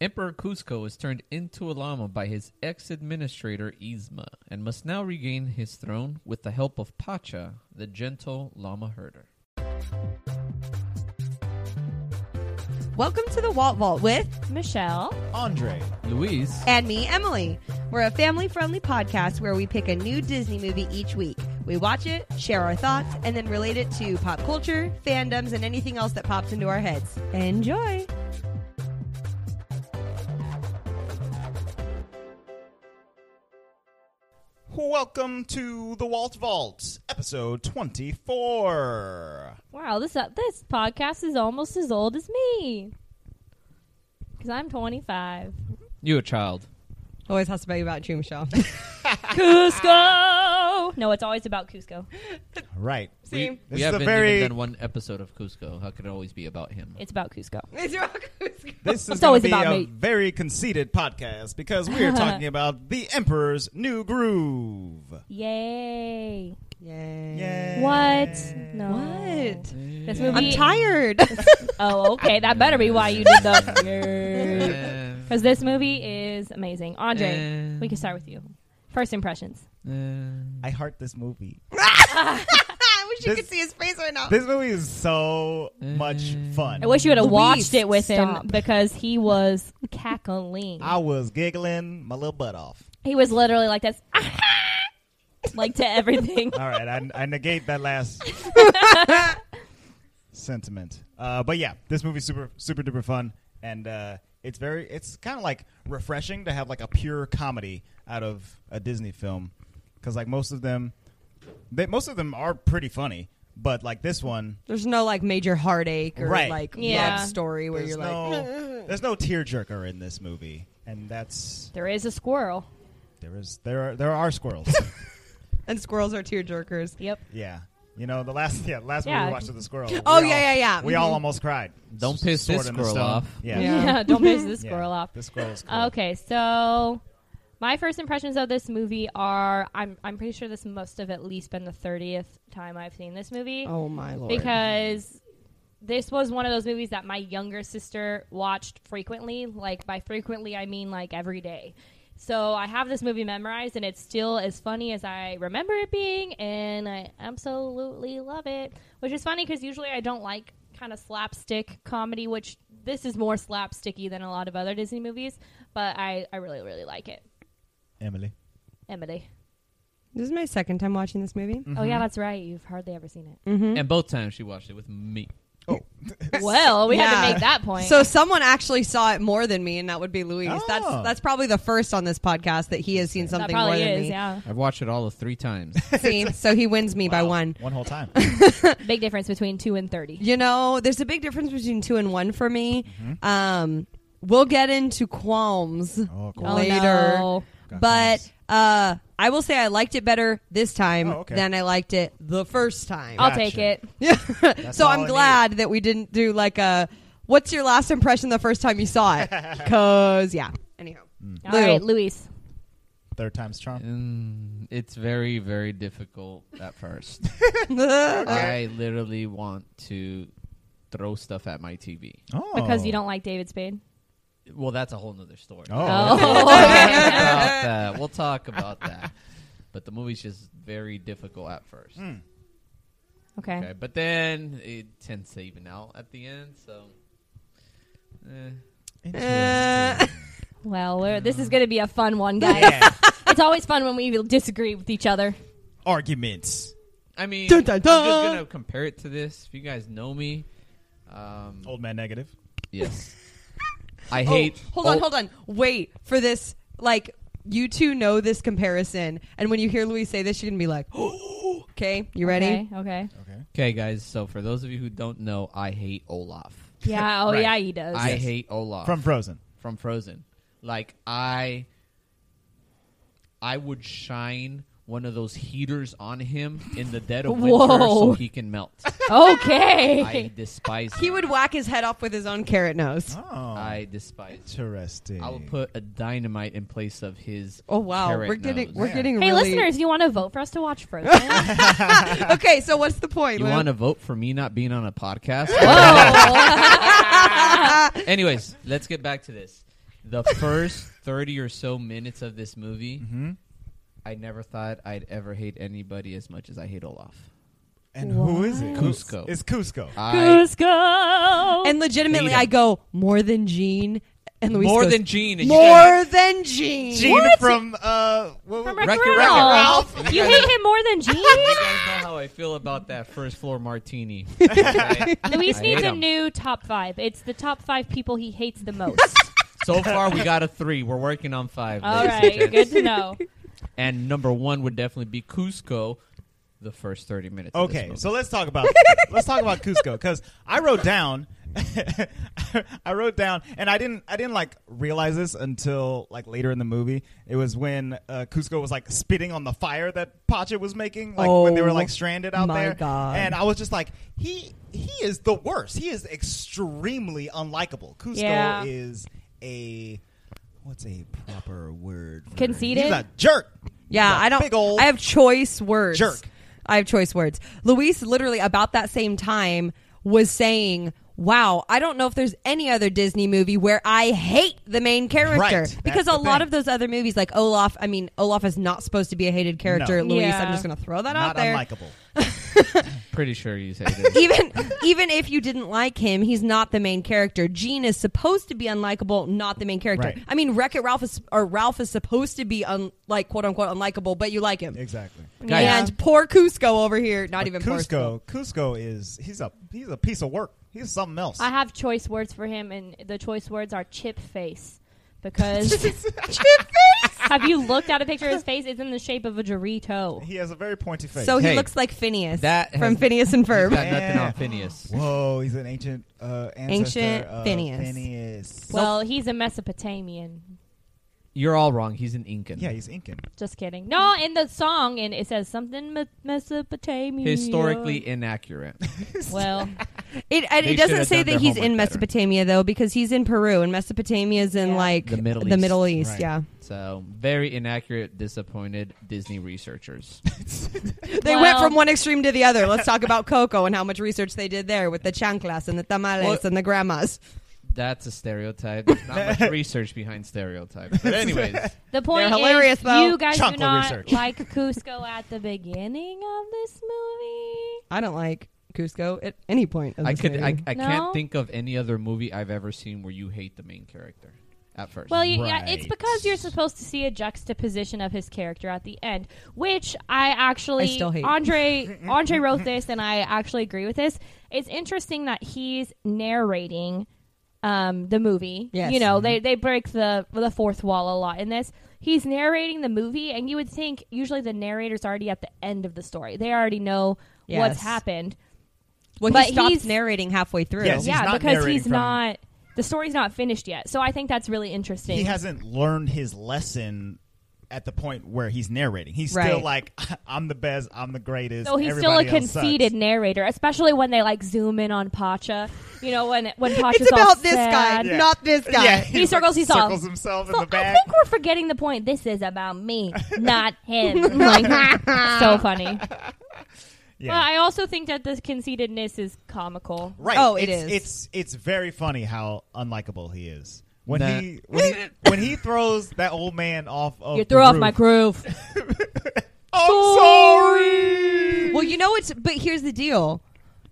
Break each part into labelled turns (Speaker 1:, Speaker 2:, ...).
Speaker 1: Emperor Cusco was turned into a llama by his ex-administrator Yzma, and must now regain his throne with the help of Pacha, the gentle llama herder.
Speaker 2: Welcome to the Walt Vault with
Speaker 3: Michelle.
Speaker 4: Andre.
Speaker 1: Luis,
Speaker 2: and me, Emily. We're a family friendly podcast where we pick a new Disney movie each week. We watch it, share our thoughts, and then relate it to pop culture, fandoms, and anything else that pops into our heads. Enjoy!
Speaker 4: Welcome to the Walt Vault, episode 24.
Speaker 3: Wow, this uh, this podcast is almost as old as me. Because I'm 25.
Speaker 1: you a child.
Speaker 2: Always has to be about you, Michelle.
Speaker 3: Cusco! Ah. No, it's always about Cusco.
Speaker 4: Right.
Speaker 2: See?
Speaker 1: We
Speaker 4: This is a
Speaker 1: haven't
Speaker 4: very-
Speaker 1: even done one episode of Cusco. How could it always be about him?
Speaker 3: It's about Cusco.
Speaker 2: It's about Cusco.
Speaker 4: This is
Speaker 3: It's
Speaker 4: going
Speaker 3: always
Speaker 4: to be
Speaker 3: about
Speaker 4: a
Speaker 3: me.
Speaker 4: very conceited podcast because we're talking about the Emperor's New Groove.
Speaker 3: Yay.
Speaker 2: Yay.
Speaker 4: Yay.
Speaker 3: What? No.
Speaker 2: What?
Speaker 3: This movie.
Speaker 2: I'm tired.
Speaker 3: Oh, okay. That better be why you did the.
Speaker 1: Uh,
Speaker 3: Because this movie is amazing. Andre,
Speaker 1: uh,
Speaker 3: we can start Mm-hmm. with you. First impressions.
Speaker 1: uh,
Speaker 4: I heart this movie.
Speaker 2: I wish you
Speaker 4: This-
Speaker 2: could see his face right now.
Speaker 4: This movie is so much fun.
Speaker 3: Mm. I wish you would have
Speaker 2: Luis,
Speaker 3: watched it with
Speaker 2: stop.
Speaker 3: him because he was cackling.
Speaker 4: I was giggling my little butt off.
Speaker 3: He was literally like this. like to everything.
Speaker 4: All right, I, I negate that last sentiment. Uh, but yeah, this movie's super super duper fun, and uh, it's very it's kind of like refreshing to have like a pure comedy out of a Disney film, because like most of them, they, most of them are pretty funny, but like this one,
Speaker 5: There's no like major heartache or
Speaker 4: Right.
Speaker 5: like
Speaker 3: Yeah.
Speaker 5: love story where
Speaker 4: there's
Speaker 5: you're
Speaker 4: no
Speaker 5: like,
Speaker 4: there's no tearjerker in this movie, and that's
Speaker 3: There is a squirrel.
Speaker 4: there is there are there are squirrels.
Speaker 5: and squirrels are tearjerkers.
Speaker 3: Yep.
Speaker 4: yeah, you know the last yeah last movie
Speaker 3: Yeah.
Speaker 4: we watched of the squirrel.
Speaker 5: Oh,
Speaker 4: we
Speaker 5: yeah,
Speaker 4: all-
Speaker 5: yeah, yeah.
Speaker 4: We all almost cried.
Speaker 1: Don't
Speaker 4: S-
Speaker 1: piss this
Speaker 4: sword in the
Speaker 1: squirrel
Speaker 4: stone.
Speaker 1: off.
Speaker 4: Yeah.
Speaker 5: Yeah.
Speaker 3: don't piss this
Speaker 4: Yeah,
Speaker 3: squirrel off.
Speaker 4: The squirrel is cool.
Speaker 3: Okay, so my first impressions of this movie are I'm I'm pretty sure this must have at least been the thirtieth time I've seen this movie
Speaker 5: Oh my lord.
Speaker 3: because this was one of those movies that my younger sister watched frequently. Like by frequently, I mean like every day. So I have this movie memorized, and it's still as funny as I remember it being, and I absolutely love it. Which is funny because usually I don't like kind of slapstick comedy, which this is more slapsticky than a lot of other Disney movies. But I, I really, really like it.
Speaker 4: Emily.
Speaker 3: Emily.
Speaker 5: this is my second time watching this movie.
Speaker 3: Oh yeah, that's right. You've hardly ever seen it.
Speaker 1: and both times she watched it with me.
Speaker 3: Well, we had
Speaker 5: Mm-hmm. Yeah.
Speaker 3: to make that point.
Speaker 5: So someone actually saw it more than me, and that would be Luis.
Speaker 4: Oh.
Speaker 5: That's that's probably the first on this podcast that he has seen
Speaker 3: that
Speaker 5: something more
Speaker 3: probably
Speaker 5: than
Speaker 3: is.
Speaker 5: me.
Speaker 3: Yeah.
Speaker 1: I've watched it all of three times.
Speaker 5: See, so he wins me by
Speaker 4: Wow.
Speaker 5: one.
Speaker 4: One whole time.
Speaker 3: Big difference between two and thirty.
Speaker 5: You know, there's a big difference between two and one for me.
Speaker 4: Mm-hmm.
Speaker 5: Um, we'll get into qualms
Speaker 4: Oh, cool.
Speaker 3: Oh,
Speaker 5: later,
Speaker 3: no.
Speaker 4: Got
Speaker 5: but uh, I will say I liked it better this time
Speaker 4: Oh, okay.
Speaker 5: than I liked it the first time.
Speaker 3: I'll
Speaker 4: Gotcha.
Speaker 3: take it.
Speaker 5: Yeah. so
Speaker 4: all I
Speaker 5: I'm glad that we didn't do like a what's your last impression the first time you saw it? Cuz yeah. Anyhow.
Speaker 3: All
Speaker 5: Lou.
Speaker 3: right, Luis.
Speaker 4: Third time's charm.
Speaker 1: Mm, it's very, very difficult at first. I literally want to throw stuff at my TV.
Speaker 4: Oh.
Speaker 3: Because you don't like David Spade.
Speaker 1: Well, that's a whole nother story.
Speaker 4: Oh.
Speaker 3: Oh,
Speaker 1: We'll talk about that. We'll talk about that. But the movie's just very difficult at first.
Speaker 5: Hmm.
Speaker 3: okay.
Speaker 1: Okay, but then it tends to even out at the end. So, eh.
Speaker 5: Uh,
Speaker 3: Well, we're, this is going to be a fun one, guys.
Speaker 4: Yeah.
Speaker 3: it's always fun when we disagree with each other.
Speaker 4: Arguments.
Speaker 1: I mean,
Speaker 5: Dun, dun,
Speaker 1: I'm
Speaker 5: dun.
Speaker 1: just gonna compare it to this. If you guys know me, um,
Speaker 4: Old man negative.
Speaker 1: yes, I hate.
Speaker 5: Oh,
Speaker 1: Oh.
Speaker 5: hold on, hold on. Wait for this like you two know this comparison and when you hear Louis say this you're going to be like, "Okay, you ready?"
Speaker 3: Okay. okay.
Speaker 4: Okay.
Speaker 1: Okay, guys. So for those of you who don't know, I hate Olaf.
Speaker 3: Yeah. Oh,
Speaker 4: Right.
Speaker 3: yeah, he does.
Speaker 1: I hate Olaf
Speaker 4: From Frozen.
Speaker 1: from Frozen. Like I, I would shine one of those heaters on him in the dead of winter so
Speaker 3: Whoa.
Speaker 1: he can melt.
Speaker 3: okay.
Speaker 1: I despise.
Speaker 5: He
Speaker 1: him.
Speaker 5: would whack his head off with his own carrot nose.
Speaker 4: Oh.
Speaker 1: I despise. him.
Speaker 4: Interesting.
Speaker 1: Ah. I will put a dynamite in place of his.
Speaker 5: Oh wow,
Speaker 1: carrot
Speaker 5: we're getting
Speaker 1: nose.
Speaker 5: we're
Speaker 4: Yeah.
Speaker 5: getting
Speaker 3: hey,
Speaker 5: really
Speaker 3: listeners, you want to vote for us to watch Frozen?
Speaker 5: Okay, so what's the point?
Speaker 1: You
Speaker 5: Lou?
Speaker 1: want to vote for me not being on a podcast?
Speaker 3: Whoa.
Speaker 1: Anyways, let's get back to this. the first 30 or so minutes of this movie,
Speaker 3: Mm-hmm.
Speaker 4: hmm
Speaker 1: I never thought I'd ever hate anybody as much as I hate Olaf.
Speaker 4: And who is it?
Speaker 1: What? Cusco. Ah.
Speaker 4: It's Cusco.
Speaker 1: I
Speaker 3: Cusco.
Speaker 5: And legitimately,
Speaker 1: Hate 'em.
Speaker 5: I go more than Gene and Luis.
Speaker 1: more
Speaker 5: goes,
Speaker 1: than Gene. And you guys-
Speaker 5: more than Gene.
Speaker 4: Gene from uh, what,
Speaker 3: from
Speaker 4: what-
Speaker 3: Wreck-It
Speaker 1: Wreck-It
Speaker 3: Ralph.
Speaker 1: Ralph.
Speaker 3: You hate him more than
Speaker 1: you
Speaker 3: Gene.
Speaker 1: guys know how I feel about that first floor martini. okay?
Speaker 3: Luis
Speaker 1: I
Speaker 3: needs
Speaker 1: hate
Speaker 3: a
Speaker 1: 'em.
Speaker 3: new top five. It's the top five people he hates the most.
Speaker 1: So far, we got a three. We're working on five.
Speaker 3: All
Speaker 1: ladies and
Speaker 3: right,
Speaker 1: gents.
Speaker 3: good to know.
Speaker 1: And number one would definitely be Cusco. The first thirty minutes. of this
Speaker 4: Okay,
Speaker 1: movie.
Speaker 4: so let's talk about let's talk about Cusco because I wrote down, I wrote down, and I didn't I didn't like realize this until like later in the movie. It was when uh, Cusco was like spitting on the fire that Pacha was making, like when they were
Speaker 5: Oh,
Speaker 4: like stranded out
Speaker 5: my
Speaker 4: there.
Speaker 5: God.
Speaker 4: And I was just like, he he is the worst. He is extremely unlikable. Cusco
Speaker 3: Yeah.
Speaker 4: is a what's a proper word? for-
Speaker 3: Conceited?
Speaker 4: He's a jerk.
Speaker 5: Yeah,
Speaker 4: He's a
Speaker 5: I don't.
Speaker 4: Big old
Speaker 5: I have choice words.
Speaker 4: jerk.
Speaker 5: I have choice words. Luis, literally about that same time, was saying, "Wow, I don't know if there's any other Disney movie where I hate the main character
Speaker 4: Right.
Speaker 5: because
Speaker 4: That's the
Speaker 5: a lot
Speaker 4: thing.
Speaker 5: of those other movies, like Olaf. I mean, Olaf is not supposed to be a hated character.
Speaker 3: No.
Speaker 5: Luis,
Speaker 3: Yeah.
Speaker 5: I'm just going to throw that out
Speaker 4: not
Speaker 5: there.
Speaker 4: unlikable.
Speaker 1: pretty sure you say this.
Speaker 5: even even if you didn't like him, he's not the main character. Gene is supposed to be unlikable, not the main character.
Speaker 4: Right.
Speaker 5: I mean, Wreck It Ralph is or Ralph is supposed to be un, like quote unquote unlikable, but you like him.
Speaker 4: Exactly.
Speaker 1: Guys,
Speaker 5: And poor Cusco over here, not
Speaker 4: But
Speaker 5: even poor
Speaker 4: Cusco. Cusco is he's a he's a piece of work. He's something else.
Speaker 3: I have choice words for him, and the choice words are chip face because have you looked at a picture of his face? It's in the shape of a Dorito.
Speaker 4: he has a very pointy face.
Speaker 5: So he
Speaker 1: Hey,
Speaker 5: looks like Phineas
Speaker 1: that
Speaker 5: from
Speaker 1: has-
Speaker 5: Phineas and
Speaker 1: Got
Speaker 5: Ferb.
Speaker 1: nothing on
Speaker 4: Yeah.
Speaker 1: Phineas.
Speaker 4: whoa, he's an ancient uh, ancestor
Speaker 5: Ancient
Speaker 4: of
Speaker 5: Phineas.
Speaker 4: Phineas.
Speaker 3: Well, he's a Mesopotamian.
Speaker 1: You're all wrong. He's an Incan.
Speaker 4: yeah, he's Incan.
Speaker 3: Just kidding. No, in the song, and it says something me- Mesopotamian.
Speaker 1: historically inaccurate.
Speaker 3: well,
Speaker 5: It, and
Speaker 1: They
Speaker 5: it
Speaker 1: should
Speaker 5: doesn't
Speaker 1: have
Speaker 5: say
Speaker 1: done
Speaker 5: that
Speaker 1: their
Speaker 5: he's
Speaker 1: homework
Speaker 5: in
Speaker 1: better.
Speaker 5: Mesopotamia though, because he's in Peru and Mesopotamia's in
Speaker 3: Yeah.
Speaker 5: like
Speaker 1: The Middle
Speaker 5: The
Speaker 1: East.
Speaker 5: Middle East,
Speaker 4: Right.
Speaker 5: yeah.
Speaker 1: So very inaccurate. Disappointed Disney researchers.
Speaker 5: They
Speaker 3: Well-
Speaker 5: went from one extreme to the other. Let's talk about Coco and how much research they did there with the chanclas and the tamales
Speaker 1: What-
Speaker 5: and the grandmas.
Speaker 1: That's a stereotype. There's not much research behind stereotypes. But anyways,
Speaker 3: the point
Speaker 5: They're hilarious,
Speaker 3: is
Speaker 5: though.
Speaker 3: you guys do
Speaker 4: Chocolate
Speaker 3: not
Speaker 4: research.
Speaker 3: like Cusco at the beginning of this movie.
Speaker 5: I don't like Cusco at any point. Of
Speaker 1: I
Speaker 5: this
Speaker 1: could I,
Speaker 5: movie.
Speaker 1: I
Speaker 3: No?
Speaker 1: can't think of any other movie I've ever seen where you hate the main character at first.
Speaker 3: Well, you, yeah, it's
Speaker 4: Right.
Speaker 3: because you're supposed to see a juxtaposition of his character at the end, which I actually
Speaker 5: I still hate.
Speaker 3: Andre Andre wrote this, and I actually agree with this. It's interesting that he's narrating um, the movie.
Speaker 5: Yes. Mm-hmm.
Speaker 3: you know they they break the the fourth wall a lot in this. He's narrating the movie, and you would think usually the narrator's already at the end of the story. They already know what's
Speaker 5: Yes.
Speaker 3: happened.
Speaker 5: well,
Speaker 3: but
Speaker 5: he stops
Speaker 3: he's-
Speaker 5: narrating halfway through.
Speaker 4: Yes, he's
Speaker 3: yeah,
Speaker 4: not
Speaker 3: because
Speaker 4: narrating
Speaker 3: he's
Speaker 4: from-
Speaker 3: not. The story's not finished yet, so I think that's really interesting.
Speaker 4: He hasn't learned his lesson at the point where he's narrating. He's still
Speaker 5: Right.
Speaker 4: like, I'm the best. I'm the greatest.
Speaker 3: So he's still a
Speaker 4: everybody else sucks."
Speaker 3: conceited narrator, especially when they like zoom in on Pacha. You know when when Pacha's
Speaker 5: It's
Speaker 3: all
Speaker 5: about this guy,
Speaker 3: sad.
Speaker 4: Yeah.
Speaker 5: not this guy.
Speaker 4: Yeah,
Speaker 3: He circles, he's
Speaker 4: circles
Speaker 3: off.
Speaker 4: himself
Speaker 3: So
Speaker 4: in the
Speaker 3: I
Speaker 4: back.
Speaker 3: think we're forgetting the point. This is about me, not him. I'm like, so funny.
Speaker 4: yeah.
Speaker 3: But I also think that the conceitedness is comical.
Speaker 4: Right.
Speaker 5: Oh, it
Speaker 4: it's,
Speaker 5: is.
Speaker 4: It's it's very funny how unlikable he is. When
Speaker 1: Nah.
Speaker 4: he when he, when he throws that old man off of
Speaker 3: You
Speaker 4: the
Speaker 3: threw off
Speaker 4: roof,
Speaker 3: my groove.
Speaker 4: I'm sorry.
Speaker 5: Well, you know it's. But here's the deal: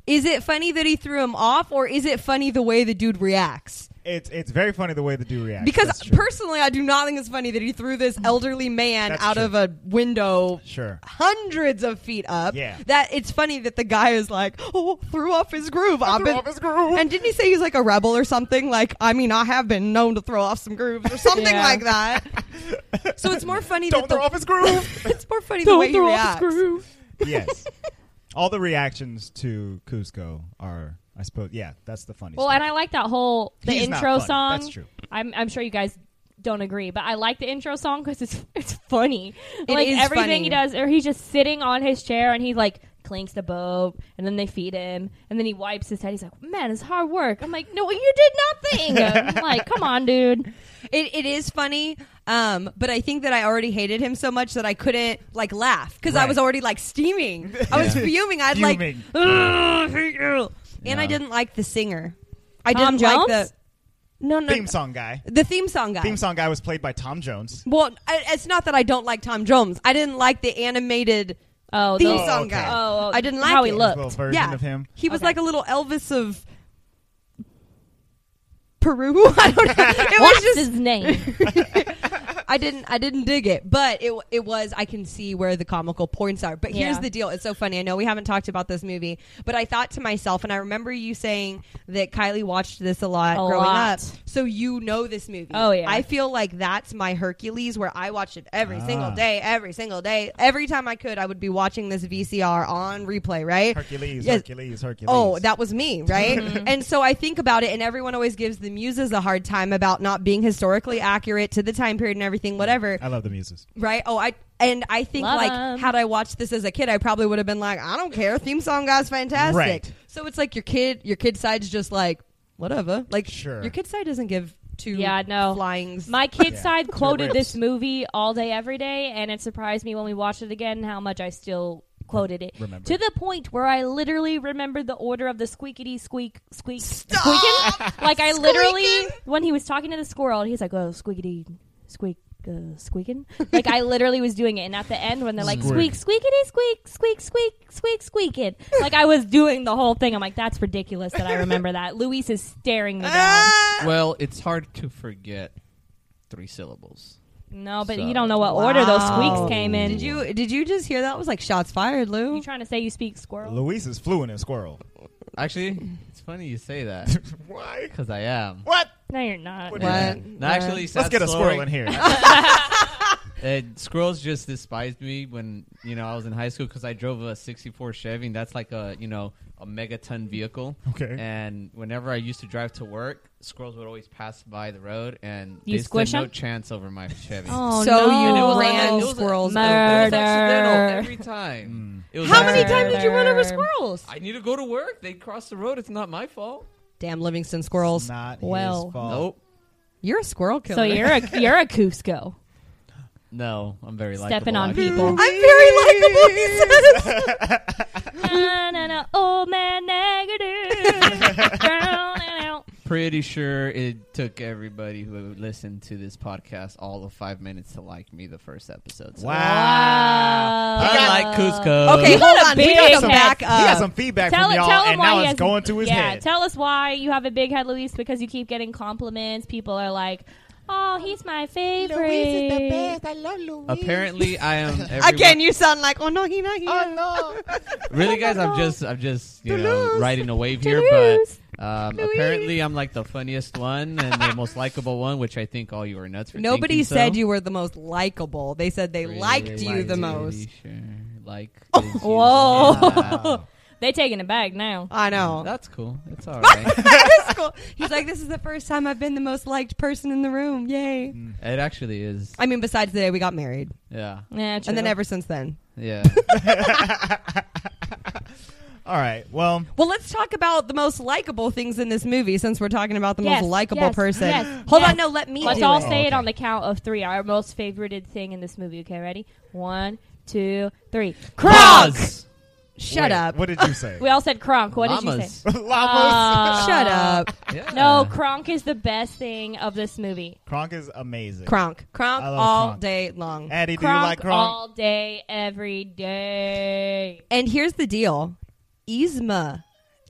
Speaker 5: is it funny that he threw him off, or is it funny the way the dude reacts?
Speaker 4: It's it's very funny the way the dude reacts.
Speaker 5: Because
Speaker 4: That's true.
Speaker 5: personally, I do not think it's funny that he threw this elderly man
Speaker 4: That's
Speaker 5: out
Speaker 4: true.
Speaker 5: of a window.
Speaker 4: sure.
Speaker 5: Hundreds of feet up.
Speaker 4: Yeah.
Speaker 5: That it's funny that the guy is like, oh, threw off his groove. I've been-
Speaker 4: off his groove.
Speaker 5: And didn't he say he's like a rebel or something? Like, I mean, I have been known to throw off some grooves or something
Speaker 3: Yeah.
Speaker 5: like that. So it's more funny
Speaker 4: Don't
Speaker 5: that the,
Speaker 4: throw off his groove.
Speaker 5: it's more funny the way he reacts.
Speaker 4: yes. All the reactions to Cusco are, I suppose, yeah, that's the funny.
Speaker 3: Well,
Speaker 4: stuff.
Speaker 3: and I like that whole the
Speaker 4: He's not
Speaker 3: intro
Speaker 4: funny.
Speaker 3: song.
Speaker 4: That's true.
Speaker 3: I'm, I'm sure you guys don't agree, but I like the intro song because it's it's funny.
Speaker 5: It
Speaker 3: like
Speaker 5: is
Speaker 3: everything
Speaker 5: funny.
Speaker 3: he does, or he's just sitting on his chair and he like clinks the bow, and then they feed him, and then he wipes his head. He's like, "Man, it's hard work." I'm like, "No, you did nothing." I'm like, "Come on, dude."
Speaker 5: It, it is funny, um, but I think that I already hated him so much that I couldn't like laugh because I
Speaker 4: Right.
Speaker 5: was already like steaming. I was
Speaker 1: Yeah.
Speaker 5: fuming. I'd like,
Speaker 4: Fuming.
Speaker 5: "Ugh, I hate you. And I
Speaker 1: Yeah.
Speaker 5: didn't like the singer. I
Speaker 3: Tom
Speaker 5: didn't like
Speaker 3: Jones?
Speaker 5: the. No, no.
Speaker 4: Theme song guy.
Speaker 5: The theme song guy.
Speaker 4: Theme song guy was played by Tom Jones.
Speaker 5: Well, I, it's not that I don't like Tom Jones. I didn't like the animated
Speaker 3: Oh,
Speaker 5: theme
Speaker 3: the-
Speaker 5: song
Speaker 4: okay.
Speaker 5: guy.
Speaker 3: Oh, oh,
Speaker 5: I didn't like
Speaker 3: how he
Speaker 5: it.
Speaker 3: looked.
Speaker 4: Little version
Speaker 5: yeah,
Speaker 4: of him.
Speaker 5: He was
Speaker 3: Okay.
Speaker 5: like a little Elvis of Peru. I don't know. It was
Speaker 3: What's
Speaker 5: just
Speaker 3: his name?
Speaker 5: I didn't I didn't dig it, but it it was I can see where the comical points are. But here's
Speaker 3: Yeah.
Speaker 5: the deal. It's so funny. I know we haven't talked about this movie, but I thought to myself and I remember you saying that Kylie watched this a lot
Speaker 3: A
Speaker 5: growing
Speaker 3: lot.
Speaker 5: up. So you know this movie.
Speaker 3: Oh, yeah.
Speaker 5: I feel like that's my Hercules where I watched it every
Speaker 4: Ah.
Speaker 5: single day, every single day. Every time I could, I would be watching this VCR on replay, right?
Speaker 4: Hercules,
Speaker 5: Yes.
Speaker 4: Hercules, Hercules.
Speaker 5: Oh, that was me, right?
Speaker 3: Mm-hmm.
Speaker 5: and so I think about it, and everyone always gives the muses a hard time about not being historically accurate to the time period and everything, whatever,
Speaker 4: I love the muses.
Speaker 5: right? Oh, I and I think
Speaker 3: Love
Speaker 5: like
Speaker 3: 'em.
Speaker 5: had I watched this as a kid, I probably would have been like, I don't care, theme song guy's fantastic.
Speaker 4: Right.
Speaker 5: So it's like your kid, your kid side's just like whatever, like
Speaker 4: Sure.
Speaker 5: Your kid side doesn't give two
Speaker 3: Yeah, no.
Speaker 5: flyings.
Speaker 3: My kid
Speaker 4: Yeah.
Speaker 3: side
Speaker 4: Two
Speaker 3: quoted
Speaker 4: ribs.
Speaker 3: this movie all day, every day, and it surprised me when we watched it again how much I still quoted it.
Speaker 4: Remember.
Speaker 3: To the point where I literally remembered the order of the squeakity squeak squeak squeaking. Like I literally when he was talking to the squirrel, he's like, "Oh, squeakity squeak." Uh, squeaking like I literally was doing it, and at the end when they're like
Speaker 4: Squeak.
Speaker 3: squeak, squeakity, squeak, squeak, squeak, squeak, squeaking, like I was doing the whole thing. I'm like, that's ridiculous that I remember that. Luis is staring me
Speaker 4: Ah!
Speaker 3: down.
Speaker 1: Well, it's hard to forget three syllables.
Speaker 3: No, but
Speaker 1: So-
Speaker 3: you don't know what order those
Speaker 5: Wow.
Speaker 3: squeaks came in.
Speaker 5: did you did you just hear that? It was like shots fired, Lou.
Speaker 3: You trying to say you speak squirrel?
Speaker 4: Luis is fluent in squirrel.
Speaker 1: Actually, it's funny you say that
Speaker 4: Why?
Speaker 1: because I am.
Speaker 4: What?
Speaker 3: No, you're not.
Speaker 4: What?
Speaker 1: Yeah.
Speaker 5: What?
Speaker 1: No, actually,
Speaker 4: Let's
Speaker 1: sad
Speaker 4: get a
Speaker 1: story.
Speaker 4: squirrel in here.
Speaker 1: And squirrels just despised me when you know I was in high school because I drove a '64 Chevy. And that's like a you know a megaton vehicle.
Speaker 4: Okay.
Speaker 1: And whenever I used to drive to work, squirrels would always pass by the road, and
Speaker 3: You
Speaker 1: they
Speaker 3: squish
Speaker 1: stood no
Speaker 3: 'em?
Speaker 1: chance over my Chevy.
Speaker 3: Oh,
Speaker 5: So
Speaker 3: no.
Speaker 5: you
Speaker 1: And it was like-
Speaker 5: ran
Speaker 1: it was like-
Speaker 5: squirrels
Speaker 1: it was like
Speaker 3: over.
Speaker 1: accidental every time. It was
Speaker 5: How
Speaker 1: like-
Speaker 5: many
Speaker 3: Murder.
Speaker 5: times did you run over squirrels?
Speaker 1: I need to go to work. They cross the road. It's not my fault.
Speaker 5: Damn Livingston squirrels.
Speaker 4: Not
Speaker 5: well,
Speaker 4: his fault.
Speaker 1: Nope.
Speaker 5: you're a squirrel killer.
Speaker 3: So you're a you're a Cusco.
Speaker 1: No, I'm very
Speaker 3: Stepping
Speaker 1: likable,
Speaker 3: on
Speaker 1: actually.
Speaker 3: people.
Speaker 5: I'm very likable. He says.
Speaker 3: na, na, na, old man negative. Down and out.
Speaker 1: Pretty sure it took everybody who listened to this podcast all of five minutes to like me the first episode. So
Speaker 3: Uh,
Speaker 4: Wow.
Speaker 1: I like Cusco.
Speaker 5: Okay, hold
Speaker 3: got a
Speaker 5: on. We
Speaker 3: big
Speaker 5: gotta
Speaker 3: head.
Speaker 5: back
Speaker 4: He got
Speaker 5: up.
Speaker 4: some feedback
Speaker 3: Tell
Speaker 4: from
Speaker 3: it,
Speaker 4: y'all,
Speaker 3: tell him
Speaker 4: and
Speaker 3: why
Speaker 4: now
Speaker 3: he
Speaker 4: it's
Speaker 3: has,
Speaker 4: going to his
Speaker 3: yeah,
Speaker 4: head.
Speaker 3: tell us why you have a big head, Luis, because you keep getting compliments. People are like, "Oh, he's my favorite."
Speaker 1: Apparently, I am. Everyone.
Speaker 5: Again, you sound like oh no, he not here.
Speaker 1: really, guys. I'm just, I'm just, you know,
Speaker 5: Toulouse.
Speaker 1: riding a wave here.
Speaker 3: Toulouse.
Speaker 1: But um, apparently, I'm like the funniest one and the most likable one, which I think all you are nuts for.
Speaker 5: Nobody
Speaker 1: thinking
Speaker 5: said
Speaker 1: so.
Speaker 5: you were the most likable. They said they
Speaker 1: Really
Speaker 5: liked you the
Speaker 1: liked
Speaker 5: most.
Speaker 1: Pretty sure. Like. is you.
Speaker 3: Whoa,
Speaker 1: Yeah.
Speaker 3: they taking it back now.
Speaker 5: I know.
Speaker 1: That's cool. It's all right.
Speaker 5: That's cool. He's like, this is the first time I've been the most liked person in the room. Yay!
Speaker 4: Mm.
Speaker 1: it actually is.
Speaker 5: I mean, besides the day we got married,
Speaker 1: Yeah.
Speaker 3: Yeah, true.
Speaker 5: and then ever since then.
Speaker 1: Yeah.
Speaker 4: All right. Well,
Speaker 5: Well, let's talk about the most likable things in this movie, since we're talking about the
Speaker 3: Yes,
Speaker 5: most likable
Speaker 3: yes,
Speaker 5: person.
Speaker 3: yes,
Speaker 5: Hold
Speaker 3: yes.
Speaker 5: on, no, let me
Speaker 3: Let's
Speaker 5: do
Speaker 3: all
Speaker 5: it.
Speaker 3: say
Speaker 4: Oh,
Speaker 3: it
Speaker 4: okay.
Speaker 3: on the count of three. Our most favorited thing in this movie. Okay, ready? One, two, three. Kronk.
Speaker 1: Pause.
Speaker 5: Shut
Speaker 4: wait,
Speaker 5: up.
Speaker 4: What did you say?
Speaker 3: We all said Kronk. What did you
Speaker 1: Llamas.
Speaker 3: say?
Speaker 4: Llamas.
Speaker 5: Shut up,
Speaker 1: Yeah.
Speaker 3: No, Kronk is the best thing of this movie.
Speaker 4: Kronk is amazing.
Speaker 5: Kronk, Kronk,
Speaker 4: I love
Speaker 5: all
Speaker 4: Kronk.
Speaker 5: day long.
Speaker 4: Addie, do you
Speaker 3: Kronk,
Speaker 4: like Kronk?
Speaker 3: all day, every day.
Speaker 5: And here's the deal Yzma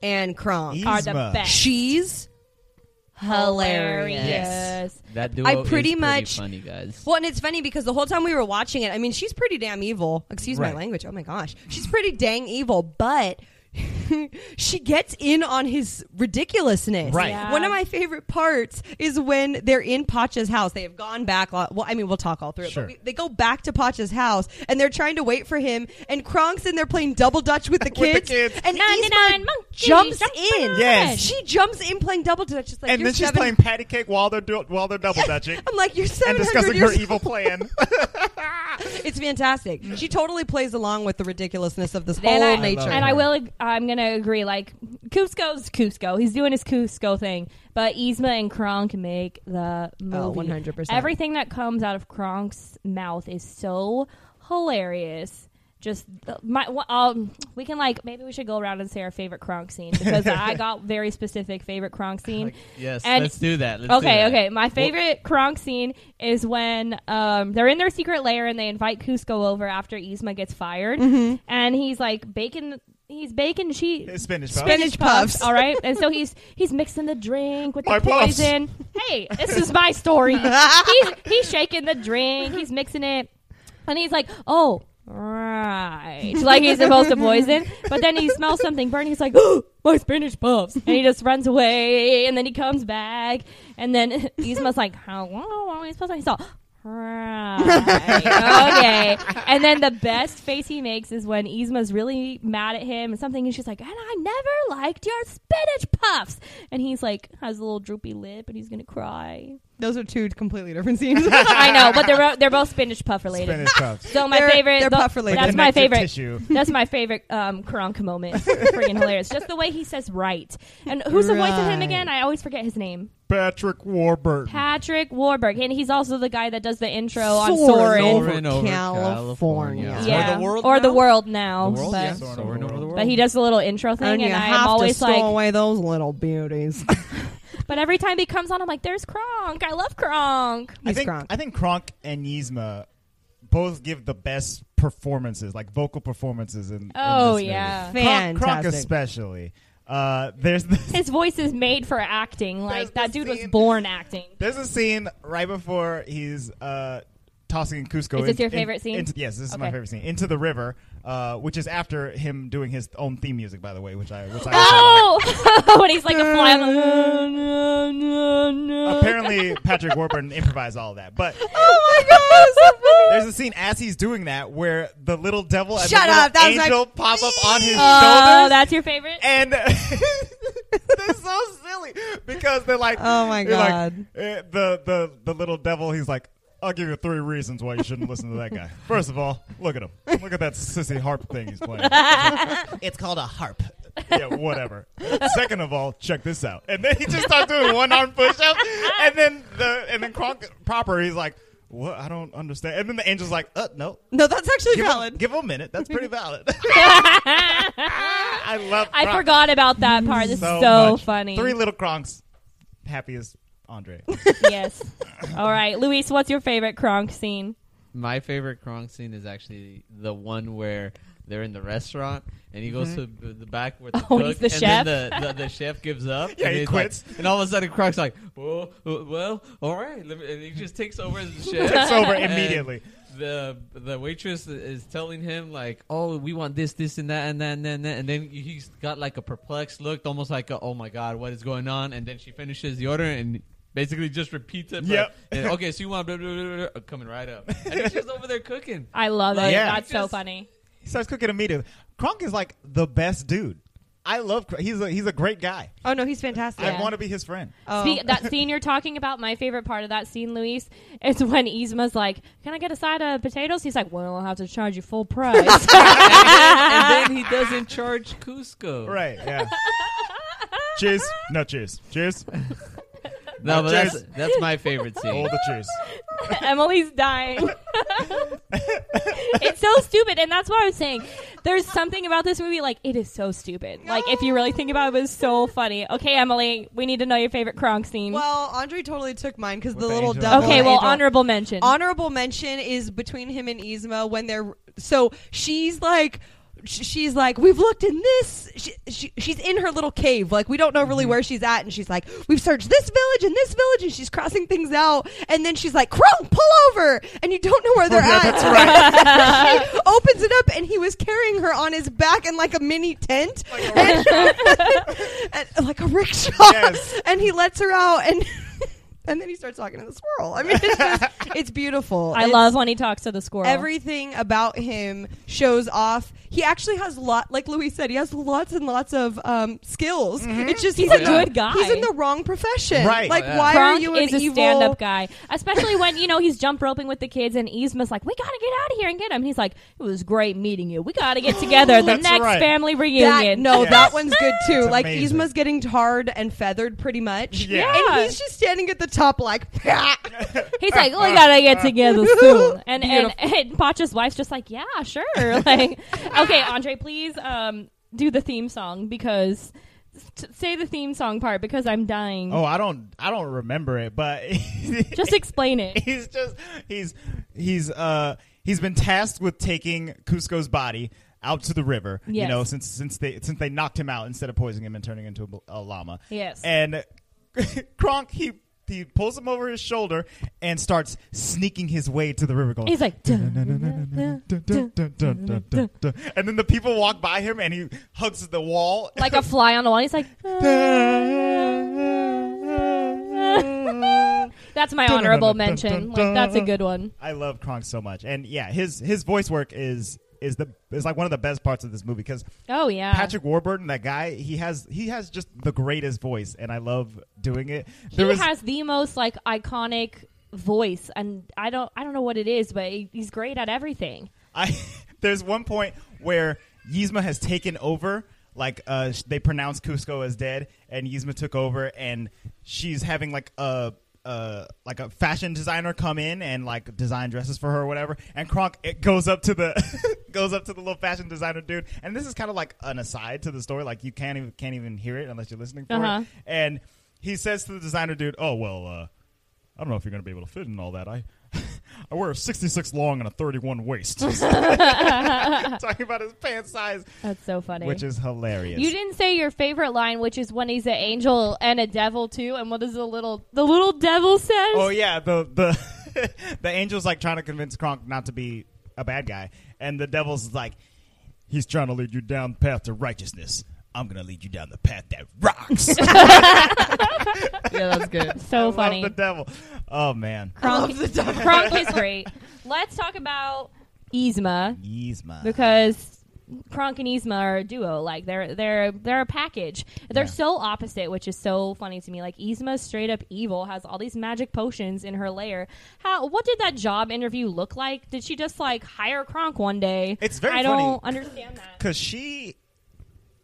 Speaker 5: and Kronk.
Speaker 4: Yzma.
Speaker 3: Are the best.
Speaker 5: She's hilarious.
Speaker 3: Hilarious.
Speaker 4: Yes.
Speaker 1: That duo
Speaker 5: I
Speaker 1: is
Speaker 5: pretty much-
Speaker 1: funny, guys.
Speaker 5: Well, and it's funny because the whole time we were watching it, I mean, she's pretty damn evil. Excuse
Speaker 4: Right.
Speaker 5: my language. Oh my gosh. She's pretty dang evil, but she gets in on his ridiculousness.
Speaker 4: Right.
Speaker 3: Yeah.
Speaker 5: One of my favorite parts is when they're in Pacha's house. They have gone back. Well, I mean, we'll talk all through it,
Speaker 4: Sure.
Speaker 5: but we, they go back to Pacha's house and they're trying to wait for him. And Kronk's in there playing double dutch with the
Speaker 4: With the
Speaker 5: kids.
Speaker 4: kids.
Speaker 5: And
Speaker 3: 99
Speaker 5: Yzma
Speaker 3: monkeys
Speaker 5: jumps
Speaker 3: jumping
Speaker 5: in.
Speaker 3: around.
Speaker 4: Yes.
Speaker 5: She jumps in playing double dutch. It's like,
Speaker 4: And
Speaker 5: you're
Speaker 4: then she's
Speaker 5: seven-
Speaker 4: playing patty cake while they're do- while they're double dutching
Speaker 5: I'm like, you're
Speaker 4: and
Speaker 5: 700
Speaker 4: discussing
Speaker 5: years
Speaker 4: her evil plan.
Speaker 5: It's fantastic. She totally plays along with the ridiculousness of this
Speaker 3: And
Speaker 5: whole
Speaker 3: I,
Speaker 5: nature.
Speaker 4: love
Speaker 3: and
Speaker 4: it.
Speaker 3: I will. ag- I'm gonna agree. Like Cusco's Cusco. He's doing his Cusco thing. But Yzma and Kronk make
Speaker 1: Oh,
Speaker 3: the movie.
Speaker 5: 100%.
Speaker 3: Everything that comes out of Kronk's mouth is so hilarious. just uh, my um, we can like maybe we should go around and say our favorite Kronk scene because I got very specific favorite Kronk scene.
Speaker 1: Yes,
Speaker 3: And-
Speaker 1: let's do that. Let's do
Speaker 3: Okay,
Speaker 1: that.
Speaker 3: okay. My favorite Kronk scene is when um, they're in their secret lair and they invite Cusco over after Yzma gets fired, and he's like baking. He's baking cheese.
Speaker 4: It's spinach puffs.
Speaker 5: Spinach puffs.
Speaker 3: All right, and so he's he's mixing the drink with the
Speaker 4: My puffs.
Speaker 3: poison. Hey, this is my story. he's he's shaking the drink. He's mixing it, and he's like, oh. Right, like he's supposed to poison, but then he smells something burning. He's like, oh, "My spinach puffs," and he just runs away. And then he comes back, and then Yzma's like, "How long are we supposed to?" He's all, "Right, okay." And then the best face he makes is when Yzma's really mad at him and something, and she's like, "And I never liked your spinach puffs," and he's like, has a little droopy lip, and he's gonna cry.
Speaker 5: Those are two completely different scenes.
Speaker 3: I know, but they're they're both spinach puff related.
Speaker 4: Spinach puffs.
Speaker 3: So my
Speaker 5: They're-
Speaker 3: favorite.
Speaker 5: they're
Speaker 3: tho-
Speaker 5: puff related.
Speaker 3: That's my
Speaker 4: Connective
Speaker 3: favorite.
Speaker 4: Tissue.
Speaker 3: That's my favorite um, Kronk moment. Freaking hilarious. Just the way he says right. And who's the voice of him
Speaker 5: Right.
Speaker 3: again? I always forget his name.
Speaker 4: Patrick Warburton.
Speaker 3: Patrick Warburg. And he's also the guy that does the intro on
Speaker 5: Soarin'.
Speaker 3: Soren.
Speaker 1: Soarin'
Speaker 5: Over
Speaker 1: over
Speaker 5: California.
Speaker 1: California.
Speaker 3: Yeah.
Speaker 1: Or the world.
Speaker 3: Or the
Speaker 1: now?
Speaker 3: world now,
Speaker 1: The world,
Speaker 3: but,
Speaker 1: yeah.
Speaker 4: Soarin'
Speaker 1: Soarin'
Speaker 4: over the
Speaker 1: over the
Speaker 4: world.
Speaker 1: world.
Speaker 3: but he does the little intro thing,
Speaker 5: and
Speaker 3: and,
Speaker 5: you
Speaker 3: I'm
Speaker 5: have
Speaker 3: always
Speaker 5: to
Speaker 3: like,
Speaker 5: stow away those little beauties.
Speaker 3: but every time he comes on, I'm like, there's Kronk. I love Kronk.
Speaker 4: I
Speaker 5: He's
Speaker 4: think
Speaker 5: Gronk.
Speaker 4: I think Kronk and Yzma both give the best performances, like vocal performances in. in
Speaker 3: Oh,
Speaker 4: this movie.
Speaker 3: yeah.
Speaker 4: Kronk, Kronk
Speaker 5: Fantastic.
Speaker 4: especially. Uh, there's this,
Speaker 3: His voice is made for acting. Like
Speaker 4: There's
Speaker 3: that
Speaker 4: the
Speaker 3: dude was
Speaker 4: scene-
Speaker 3: born acting.
Speaker 4: there's a scene right before he's uh, tossing Cusco.
Speaker 3: Is
Speaker 4: in-
Speaker 3: this your
Speaker 4: in-
Speaker 3: favorite scene?
Speaker 4: into- yes, this is my
Speaker 3: Okay.
Speaker 4: favorite scene. Into the river, uh, which is after him doing his own theme music, by the way, which I which I.
Speaker 3: Oh, when he's like a fly on the. No, no, no.
Speaker 4: Apparently, Patrick Warburton improvised all that, but
Speaker 3: Oh
Speaker 4: There's a scene as he's doing that where the little devil and
Speaker 5: Shut
Speaker 4: the little
Speaker 5: up, that was my-
Speaker 4: angel pop up on his
Speaker 3: Oh,
Speaker 4: shoulders,
Speaker 3: that's your favorite.
Speaker 4: and they're so silly because they're like,
Speaker 5: Oh my
Speaker 4: they're like,
Speaker 5: God.
Speaker 4: eh, the the the little devil, he's like. I'll give you three reasons why you shouldn't listen to that guy. First of all, look at him. Look at that sissy harp thing he's playing. it's called a harp. Yeah, whatever. Second of all, check this out. And then he just starts doing one arm push up, and then the and then Kronk proper, he's like, "What? I don't understand." And then the angel's like, "Uh, no,
Speaker 5: No, that's actually
Speaker 4: give him,
Speaker 5: valid.
Speaker 4: give him a minute. That's pretty valid." I love.
Speaker 3: I
Speaker 4: Kronk
Speaker 3: forgot about that part. This
Speaker 4: so,
Speaker 3: is so
Speaker 4: much.
Speaker 3: funny.
Speaker 4: Three little Kronks, happiest Andre.
Speaker 3: yes. All right, Luis, what's your favorite Kronk scene?
Speaker 1: My favorite Kronk scene is actually the one where they're in the restaurant and he goes to the the back with the
Speaker 3: Mm-hmm. Oh,
Speaker 1: cook
Speaker 3: he's the
Speaker 1: and
Speaker 3: chef?
Speaker 1: then the, the, the chef gives up.
Speaker 4: Yeah,
Speaker 1: and
Speaker 4: he
Speaker 1: he's
Speaker 4: quits.
Speaker 1: like- and all of a sudden Kronk's like, well, uh, well, all right. let me-" And he just takes over as the chef.
Speaker 4: Takes over
Speaker 1: And
Speaker 4: immediately.
Speaker 1: The the waitress is telling him like, oh, we want this, this, and that, and that, and that, and, that. and then he's got like a perplexed look, almost like, a, oh my god, what is going on? And then she finishes the order and basically just repeats it. but-
Speaker 4: Yep.
Speaker 1: and, okay, so you want blah, blah, blah, blah, blah, coming right up, and he's just over there cooking.
Speaker 3: I love it.
Speaker 4: Yeah.
Speaker 3: That's so
Speaker 1: Just-
Speaker 3: funny.
Speaker 4: He starts cooking immediately. Kronk is like the best dude. I love. Kronk. He's a he's a great guy.
Speaker 5: Oh no, he's fantastic.
Speaker 3: Yeah.
Speaker 4: I want to be his friend.
Speaker 5: Oh.
Speaker 3: Spe- that scene you're talking about, my favorite part of that scene, Luis, is when Yzma's like, Can I get a side of potatoes? He's like, Well, I'll have to charge you full price.
Speaker 1: and then he doesn't charge Cusco.
Speaker 4: Right. Yeah. cheers. No cheers. Cheers.
Speaker 1: No, but that's
Speaker 4: Cheers.
Speaker 1: that's my favorite scene.
Speaker 4: All the cheers.
Speaker 3: Emily's dying. it's so stupid, and that's why I was saying there's something about this movie like it is so stupid. Like if you really think about it, it was so funny. Okay, Emily, we need to know your favorite Kronk scene.
Speaker 5: well, Andre totally took mine because the
Speaker 4: the
Speaker 5: little
Speaker 4: angel.
Speaker 5: devil.
Speaker 3: okay, well,
Speaker 5: angel-
Speaker 3: honorable mention.
Speaker 5: honorable mention is between him and Yzma when they're so she's like sh- she's like we've looked in this she, she, she's in her little cave like we don't know really where she's at and she's like we've searched this village and this village and she's crossing things out and then she's like Kronk pull over and you don't know where they're at that's right. she opens it up and he was carrying her on his back in like a mini tent and, and- like a rickshaw
Speaker 4: Yes.
Speaker 5: and he lets her out and and then he starts talking to the squirrel I mean it's just it's beautiful.
Speaker 3: I
Speaker 5: It's-
Speaker 3: love when he talks to the squirrel.
Speaker 5: everything about him shows off. He actually has lot, like Louis said, he has lots and lots of um, skills. It's just he's,
Speaker 1: a
Speaker 5: in the-
Speaker 3: good guy.
Speaker 5: He's in the wrong profession.
Speaker 4: Right.
Speaker 5: Like,
Speaker 1: Oh, yeah.
Speaker 5: why
Speaker 3: Kronk
Speaker 5: are you an
Speaker 3: is a
Speaker 5: evil?
Speaker 3: stand-up guy, especially when you know he's jump roping with the kids, and Yzma's like, "We gotta get out of here and get him." He's like, "It was great meeting you. We gotta get together the
Speaker 4: That's
Speaker 3: next
Speaker 4: right.
Speaker 3: family reunion."
Speaker 5: That, no,
Speaker 4: Yes.
Speaker 5: that one's good too.
Speaker 4: It's
Speaker 5: like
Speaker 4: amazing.
Speaker 5: Yzma's getting tarred and feathered pretty much.
Speaker 4: Yeah.
Speaker 5: And he's just standing at the top like, "Pah."
Speaker 3: He's He's like, we gotta get together soon. And, and and Pacha's wife's just like, yeah, sure. Like, okay, Andre, please um, do the theme song because t- say the theme song part because I'm dying.
Speaker 4: Oh, I don't, I don't remember it, but
Speaker 3: Just explain it.
Speaker 4: he's just he's he's uh he's been tasked with taking Cusco's body out to the river. You
Speaker 3: Yes.
Speaker 4: know, since since they since they knocked him out instead of poisoning him and turning into a, bl- a llama.
Speaker 3: Yes.
Speaker 4: And Kronk he he pulls him over his shoulder and starts sneaking his way to the river. Going.
Speaker 3: He's like,
Speaker 4: "Dun, dun, dun, dun, dun, dun, dun." And then the people walk by him, and he hugs the wall.
Speaker 3: like a fly on the wall. He's like, that's my honorable mention. Like, that's a good one.
Speaker 4: I love Kronk so much, and yeah, his his voice work is is the is like one of the best parts of this movie because
Speaker 3: Oh yeah,
Speaker 4: Patrick Warburton, that guy, he has he has just the greatest voice, and I love doing it.
Speaker 3: he has the most like iconic voice, and I don't, I don't know what it is, but he, he's great at everything.
Speaker 4: I there's one point where Yzma has taken over. Like uh, sh- they pronounce Cusco as dead, and Yzma took over, and she's having like a. Uh, like a fashion designer come in and like design dresses for her or whatever and Kronk it goes up to the goes up to the little fashion designer dude and this is kind of like an aside to the story like you can't even can't even hear it unless you're listening for
Speaker 3: Uh-huh.
Speaker 4: it and he says to the designer dude oh well uh I don't know if you're going to be able to fit in all that. I I wear a 66 long and a 31 waist. Talking about his pant size,
Speaker 3: That's so funny.
Speaker 4: which is hilarious.
Speaker 3: you didn't say your favorite line, which is when he's an angel and a devil too. And what does the little the little devil says?
Speaker 4: oh yeah, the the the angel's like trying to convince Kronk not to be a bad guy, and the devil's like, he's trying to lead you down the path to righteousness. I'm going to lead you down the path that rocks.
Speaker 1: yeah, that's good.
Speaker 3: so
Speaker 4: I
Speaker 3: funny.
Speaker 4: Love the devil. Oh man,
Speaker 3: Kronk, Kronk is great. Let's talk about Yzma
Speaker 4: Yzma.
Speaker 3: because Kronk and Yzma are a duo. Like they're they're they're a package. They're
Speaker 4: Yeah.
Speaker 3: so opposite, which is so funny to me. Like Yzma's straight up evil, has all these magic potions in her lair. How what did that job interview look like? Did she just like hire Kronk one day?
Speaker 4: It's very
Speaker 3: I
Speaker 4: funny.
Speaker 3: don't understand that.
Speaker 4: because she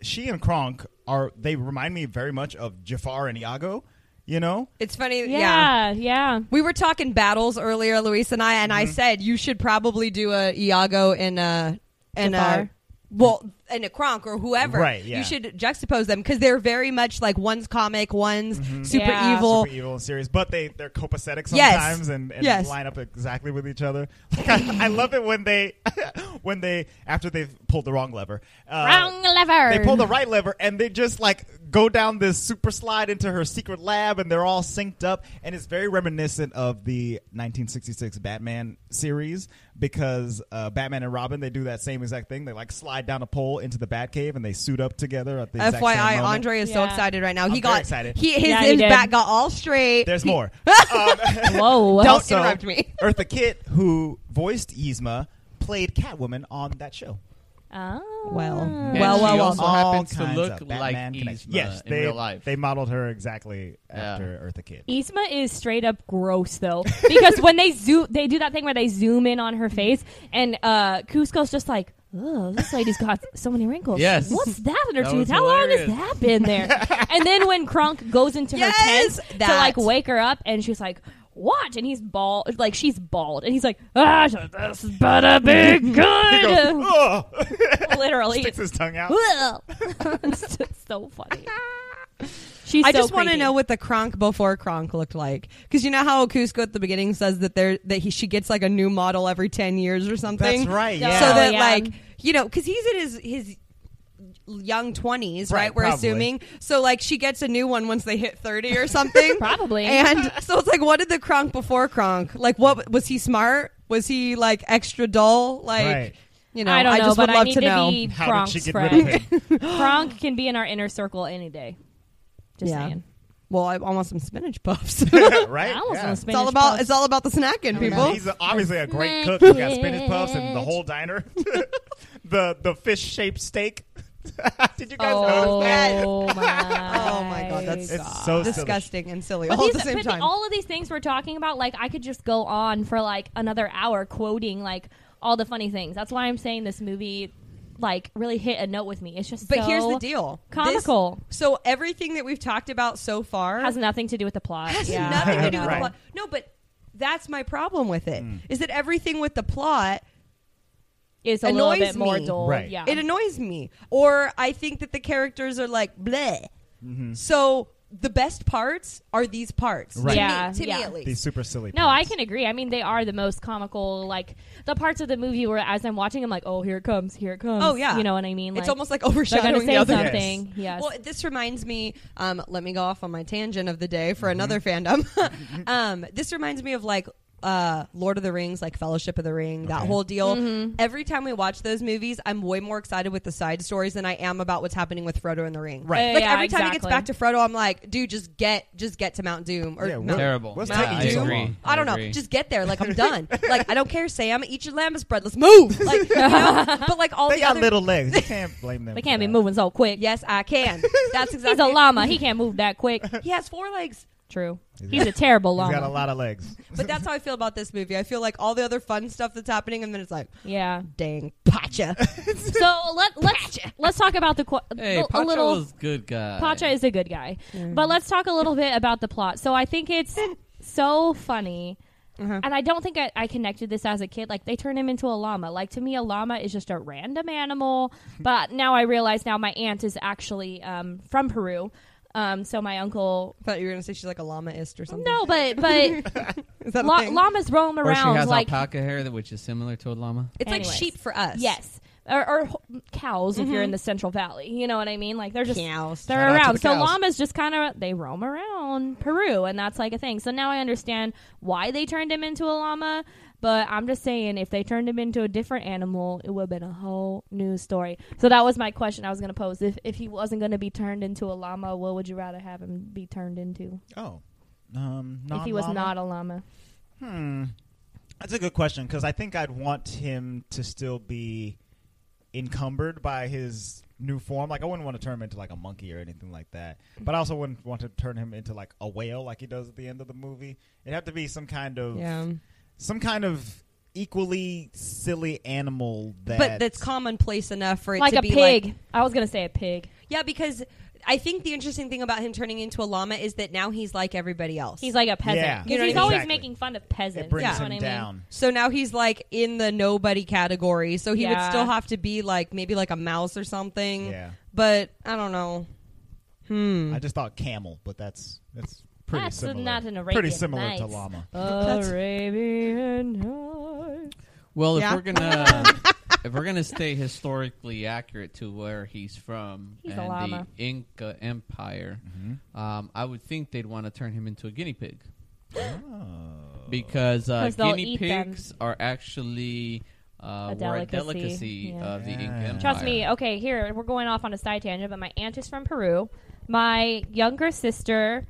Speaker 4: she and Kronk are they remind me very much of Jafar and Iago. You know,
Speaker 5: It's funny. Yeah.
Speaker 3: Yeah, yeah.
Speaker 5: We were talking battles earlier, Luis and I, and
Speaker 4: Mm-hmm.
Speaker 5: I said you should probably do a Iago and a and a
Speaker 3: Jafar.
Speaker 5: well and a Kronk or whoever.
Speaker 4: Right, yeah.
Speaker 5: You should juxtapose them because they're very much like one's comic, one's super
Speaker 3: Yeah.
Speaker 5: evil.
Speaker 4: Mm-hmm. super e-, evil and serious, but they they're copacetic
Speaker 5: Yes.
Speaker 4: sometimes and, and
Speaker 5: Yes.
Speaker 4: line up exactly with each other. Like, I, I love it when they when they after they've pulled the wrong lever, uh,
Speaker 3: Wrong lever.
Speaker 4: They pull the right lever and they just like go down this super slide into her secret lab and they're all synced up and it's very reminiscent of the 1966 Batman series because uh, Batman and Robin they do that same exact thing. They like slide down a pole into the Batcave and they suit up together at the exact same
Speaker 5: FYI,
Speaker 4: moment.
Speaker 5: Andre is so
Speaker 3: Yeah.
Speaker 5: excited right now. he
Speaker 4: I'm
Speaker 5: got
Speaker 4: very excited.
Speaker 5: He, his
Speaker 3: Yeah, he
Speaker 5: his
Speaker 3: did.
Speaker 5: back got all straight.
Speaker 4: There's more. Um,
Speaker 3: Whoa.
Speaker 5: Don't
Speaker 4: also,
Speaker 5: interrupt me.
Speaker 4: Eartha Kitt, who voiced Yzma, played Catwoman on that show.
Speaker 3: Oh.
Speaker 5: Well,
Speaker 1: And
Speaker 5: well,
Speaker 1: she
Speaker 5: well, well.
Speaker 1: also
Speaker 4: All
Speaker 1: happens to
Speaker 4: kinds
Speaker 1: look like
Speaker 4: of Batman
Speaker 1: Yzma
Speaker 4: connections. Yes,
Speaker 1: in
Speaker 4: they,
Speaker 1: real life.
Speaker 4: They modeled her exactly
Speaker 1: Yeah.
Speaker 4: after Eartha Kitt.
Speaker 3: Isma is straight up gross though, because when they zoom, they do that thing where they zoom in on her face, and uh, Cusco's just like, "Oh, this lady's got so many wrinkles.
Speaker 1: Yes.
Speaker 3: what's that in her
Speaker 1: That
Speaker 3: tooth?
Speaker 1: was
Speaker 3: How long
Speaker 1: hilarious.
Speaker 3: has that been there?" and then when Kronk goes into
Speaker 5: Yes,
Speaker 3: her tent to
Speaker 5: that.
Speaker 3: like wake her up, and she's like. What? And he's bald, like she's bald, and he's like, "Ah, this better be good."
Speaker 4: Oh!
Speaker 3: Literally,
Speaker 4: Sticks his tongue out.
Speaker 3: it's just so funny. She's.
Speaker 5: I
Speaker 3: so
Speaker 5: just want to
Speaker 3: creepy.
Speaker 5: know what the Kronk before Kronk looked like, because you know how Cusco at the beginning says that there that he she gets like a new model every ten years or something.
Speaker 4: That's right.
Speaker 3: So
Speaker 4: Yeah.
Speaker 5: so that
Speaker 3: yeah.
Speaker 5: like you know because he's in his his young 20s right,
Speaker 4: Right,
Speaker 5: we're
Speaker 4: probably.
Speaker 5: assuming so like she gets a new one once they hit 30 or something
Speaker 3: Probably.
Speaker 5: and so it's like what did the kronk before kronk like what was he smart was he like extra dull like
Speaker 4: Right.
Speaker 5: you know
Speaker 3: I don't know,
Speaker 5: just
Speaker 3: but
Speaker 5: would
Speaker 3: I
Speaker 5: love
Speaker 3: need
Speaker 5: to know
Speaker 3: be
Speaker 4: How
Speaker 3: Kronk's
Speaker 4: did she get
Speaker 3: friend.
Speaker 4: rid of him?
Speaker 3: Kronk can be in our inner circle any day. Just
Speaker 5: Yeah.
Speaker 3: saying.
Speaker 5: well i almost some spinach puffs it's
Speaker 4: right?
Speaker 3: I almost
Speaker 4: Yeah.
Speaker 3: want spinach
Speaker 5: all about
Speaker 3: puffs.
Speaker 5: it's all about the snacking people
Speaker 4: He's obviously a great cook. He's got spinach puffs and the whole diner. the the fish shaped steak. Did you guys
Speaker 3: oh,
Speaker 4: notice that?
Speaker 3: my.
Speaker 5: Oh my God, that's
Speaker 4: It's so silly.
Speaker 5: disgusting and silly
Speaker 3: But
Speaker 5: all
Speaker 3: these-
Speaker 5: at the same
Speaker 3: but the-
Speaker 5: time
Speaker 3: all of these things we're talking about, like I could just go on for like another hour quoting like all the funny things. That's why I'm saying this movie, like, really hit a note with me. It's just
Speaker 5: but
Speaker 3: so
Speaker 5: here's the deal This-
Speaker 3: comical.
Speaker 5: so everything that we've talked about so far
Speaker 3: Has nothing to do with the plot.
Speaker 5: has
Speaker 3: yeah.
Speaker 5: nothing to do with the
Speaker 4: Right. Mm.
Speaker 5: plot. No, but That's my problem with it. Is that everything with the plot
Speaker 3: It's a
Speaker 5: Annoys
Speaker 3: little bit more
Speaker 5: me.
Speaker 3: dull.
Speaker 4: Right.
Speaker 3: Yeah.
Speaker 5: it annoys me or i think that the characters are like bleh so the best parts are these parts
Speaker 4: Mm-hmm. Right.
Speaker 5: to,
Speaker 3: Yeah,
Speaker 5: me, to
Speaker 3: yeah.
Speaker 5: me at least
Speaker 4: These super silly.
Speaker 3: no, I
Speaker 4: parts.
Speaker 3: can agree. I mean, they are the most comical. Like the parts of the movie where, as I'm watching, I'm like, "Oh, here it comes! Here it comes!"
Speaker 5: Oh, yeah.
Speaker 3: you know what I mean? Like,
Speaker 5: it's almost like
Speaker 3: they're gonna
Speaker 5: overshadowing the
Speaker 3: say
Speaker 5: other
Speaker 4: Yes.
Speaker 3: something. Yes. Uh,
Speaker 5: Well, this reminds me. Um, let me go off on my tangent of the day
Speaker 4: Mm-hmm.
Speaker 5: for another fandom. um, this reminds me of like uh, Lord of the Rings, like Fellowship of the Ring, that
Speaker 4: Okay.
Speaker 5: whole deal.
Speaker 3: Mm-hmm.
Speaker 5: Every time we watch those movies, I'm way more excited with the side stories than I am about what's happening with Frodo and the Ring.
Speaker 4: Right.
Speaker 3: Uh,
Speaker 5: Like
Speaker 3: yeah,
Speaker 5: every time
Speaker 3: exactly.
Speaker 5: it gets back to Frodo, I'm like, dude, just get, just get to Mount Doom or
Speaker 4: Yeah,
Speaker 5: Mount
Speaker 4: what-
Speaker 1: Terrible.
Speaker 4: What's
Speaker 1: Yeah,
Speaker 5: Mountain
Speaker 4: taking
Speaker 1: I
Speaker 4: you
Speaker 5: Dew?
Speaker 4: so
Speaker 1: agree.
Speaker 4: long?
Speaker 5: I don't know.
Speaker 1: agree.
Speaker 5: Just get there. Like I'm done. like I don't care, Sam. Eat your lamb's bread. Let's move. Like, you know? but like all
Speaker 4: They
Speaker 5: the
Speaker 4: got
Speaker 5: other
Speaker 4: little legs. You can't blame them.
Speaker 3: they
Speaker 4: for
Speaker 3: can't be
Speaker 4: that.
Speaker 3: moving so quick.
Speaker 5: Yes, I can. That's exactly.
Speaker 3: He's a llama. He can't move that quick.
Speaker 5: He has four legs.
Speaker 3: True.
Speaker 4: He's
Speaker 3: He's a terrible
Speaker 4: He's
Speaker 3: llama.
Speaker 4: got a lot of legs.
Speaker 5: But that's how I feel about this movie. I feel like all the other fun stuff that's happening, and then it's like,
Speaker 3: Yeah.
Speaker 5: dang, pacha.
Speaker 3: So let let's let's talk about the qu-
Speaker 1: Hey,
Speaker 3: a- a
Speaker 1: Pacha
Speaker 3: little.
Speaker 1: was good guy.
Speaker 3: Pacha is a good guy, but let's talk a little bit about the plot. So I think it's so funny. And I don't think I, I connected this as a kid. Like they turn him into a llama. Like to me, a llama is just a random animal. But now I realize now my aunt is actually um, from Peru, um, so my uncle.
Speaker 5: thought you were gonna say she's like a llamaist or something.
Speaker 3: No, but but
Speaker 5: is that a
Speaker 3: La-
Speaker 5: thing?
Speaker 3: llamas roam
Speaker 1: Or she
Speaker 3: around
Speaker 1: has
Speaker 3: like
Speaker 1: alpaca hair, that- which is similar to a llama.
Speaker 5: it's
Speaker 3: Anyways.
Speaker 5: like sheep for us.
Speaker 3: yes or, or h- cows if you're in the Central Valley. You know what I mean? Like they're just
Speaker 5: Cows.
Speaker 3: they're
Speaker 4: Shout out to
Speaker 3: around.
Speaker 4: the
Speaker 3: so
Speaker 4: cows.
Speaker 3: llamas just kind of they roam around Peru, and that's like a thing. So now I understand why they turned him into a llama. But I'm just saying, if they turned him into a different animal, it would have been a whole new story. So that was my question I was going to pose. If if he wasn't going to be turned into a llama, what would you rather have him be turned into?
Speaker 4: Oh, um,
Speaker 3: If he was
Speaker 4: non-llama?
Speaker 3: not a llama,
Speaker 4: Hmm. That's a good question because I think I'd want him to still be encumbered by his new form. Like I wouldn't want to turn him into like a monkey or anything like that. But I also wouldn't want to turn him into like a whale like he does at the end of the movie. It'd have to be some kind of
Speaker 5: Yeah.
Speaker 4: some kind of equally silly animal that
Speaker 5: But that's commonplace enough for it
Speaker 3: like
Speaker 5: to
Speaker 3: a
Speaker 5: be
Speaker 3: pig.
Speaker 5: like,
Speaker 3: I was going to say a pig.
Speaker 5: yeah, because I think the interesting thing about him turning into a llama is that now he's like everybody else.
Speaker 3: He's like a peasant.
Speaker 4: Yeah.
Speaker 3: 'Cause
Speaker 5: You know what
Speaker 3: he's
Speaker 5: I mean?
Speaker 3: always
Speaker 4: Exactly.
Speaker 3: making fun of peasants.
Speaker 4: it brings
Speaker 5: yeah.
Speaker 3: you know
Speaker 4: him
Speaker 3: what I mean?
Speaker 4: down.
Speaker 5: so now he's like in the nobody category. So he
Speaker 3: Yeah.
Speaker 5: would still have to be like maybe like a mouse or something.
Speaker 4: Yeah.
Speaker 5: But I don't know. Hmm.
Speaker 4: I just thought camel, but that's that's pretty
Speaker 3: That's
Speaker 4: similar.
Speaker 3: not an Arabian
Speaker 4: pretty similar to
Speaker 3: Nights.
Speaker 4: llama.
Speaker 3: Arabian Nights.
Speaker 1: Well,
Speaker 5: Yeah.
Speaker 1: if we're gonna um, if we're gonna stay historically accurate to where he's from
Speaker 3: He's a
Speaker 1: and
Speaker 3: llama.
Speaker 1: the Inca Empire,
Speaker 4: Mm-hmm.
Speaker 1: um, I would think they'd want to turn him into a guinea pig
Speaker 4: Oh.
Speaker 1: because uh,
Speaker 3: 'Cause they'll
Speaker 1: guinea
Speaker 3: eat them.
Speaker 1: pigs are actually uh,
Speaker 3: A
Speaker 1: were a
Speaker 3: delicacy,
Speaker 1: delicacy
Speaker 3: yeah.
Speaker 1: of the Inca
Speaker 4: Yeah.
Speaker 1: Empire.
Speaker 3: Trust me. Okay, here we're going off on a side tangent, but my aunt is from Peru. My younger sister,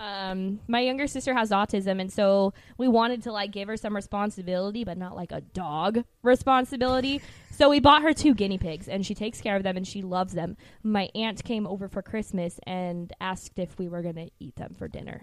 Speaker 3: um, my younger sister has autism, and so we wanted to like give her some responsibility, but not like a dog responsibility. so we bought her two guinea pigs, and she takes care of them, and she loves them. My aunt came over for Christmas and asked if we were going to eat them for dinner.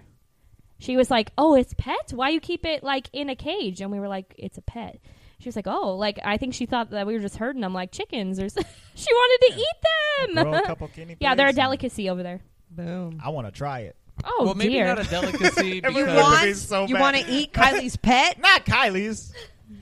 Speaker 3: She was like, "Oh, it's pet. Why you keep it like in a cage?" And we were like, "It's a pet." She was like, "Oh, like I think she thought that we were just herding them like chickens or something." she wanted to eat
Speaker 4: Grow a
Speaker 3: them.
Speaker 4: couple guinea
Speaker 3: yeah, they're a
Speaker 4: pigs and-
Speaker 3: delicacy over there.
Speaker 5: Boom.
Speaker 4: I want to try it.
Speaker 3: Oh
Speaker 1: Well, maybe
Speaker 3: dear.
Speaker 1: not a delicacy
Speaker 5: You
Speaker 4: That would
Speaker 1: because.
Speaker 4: be
Speaker 5: want
Speaker 4: so
Speaker 5: you
Speaker 4: bad.
Speaker 5: want to eat Kylie's pet?
Speaker 4: Not Kylie's.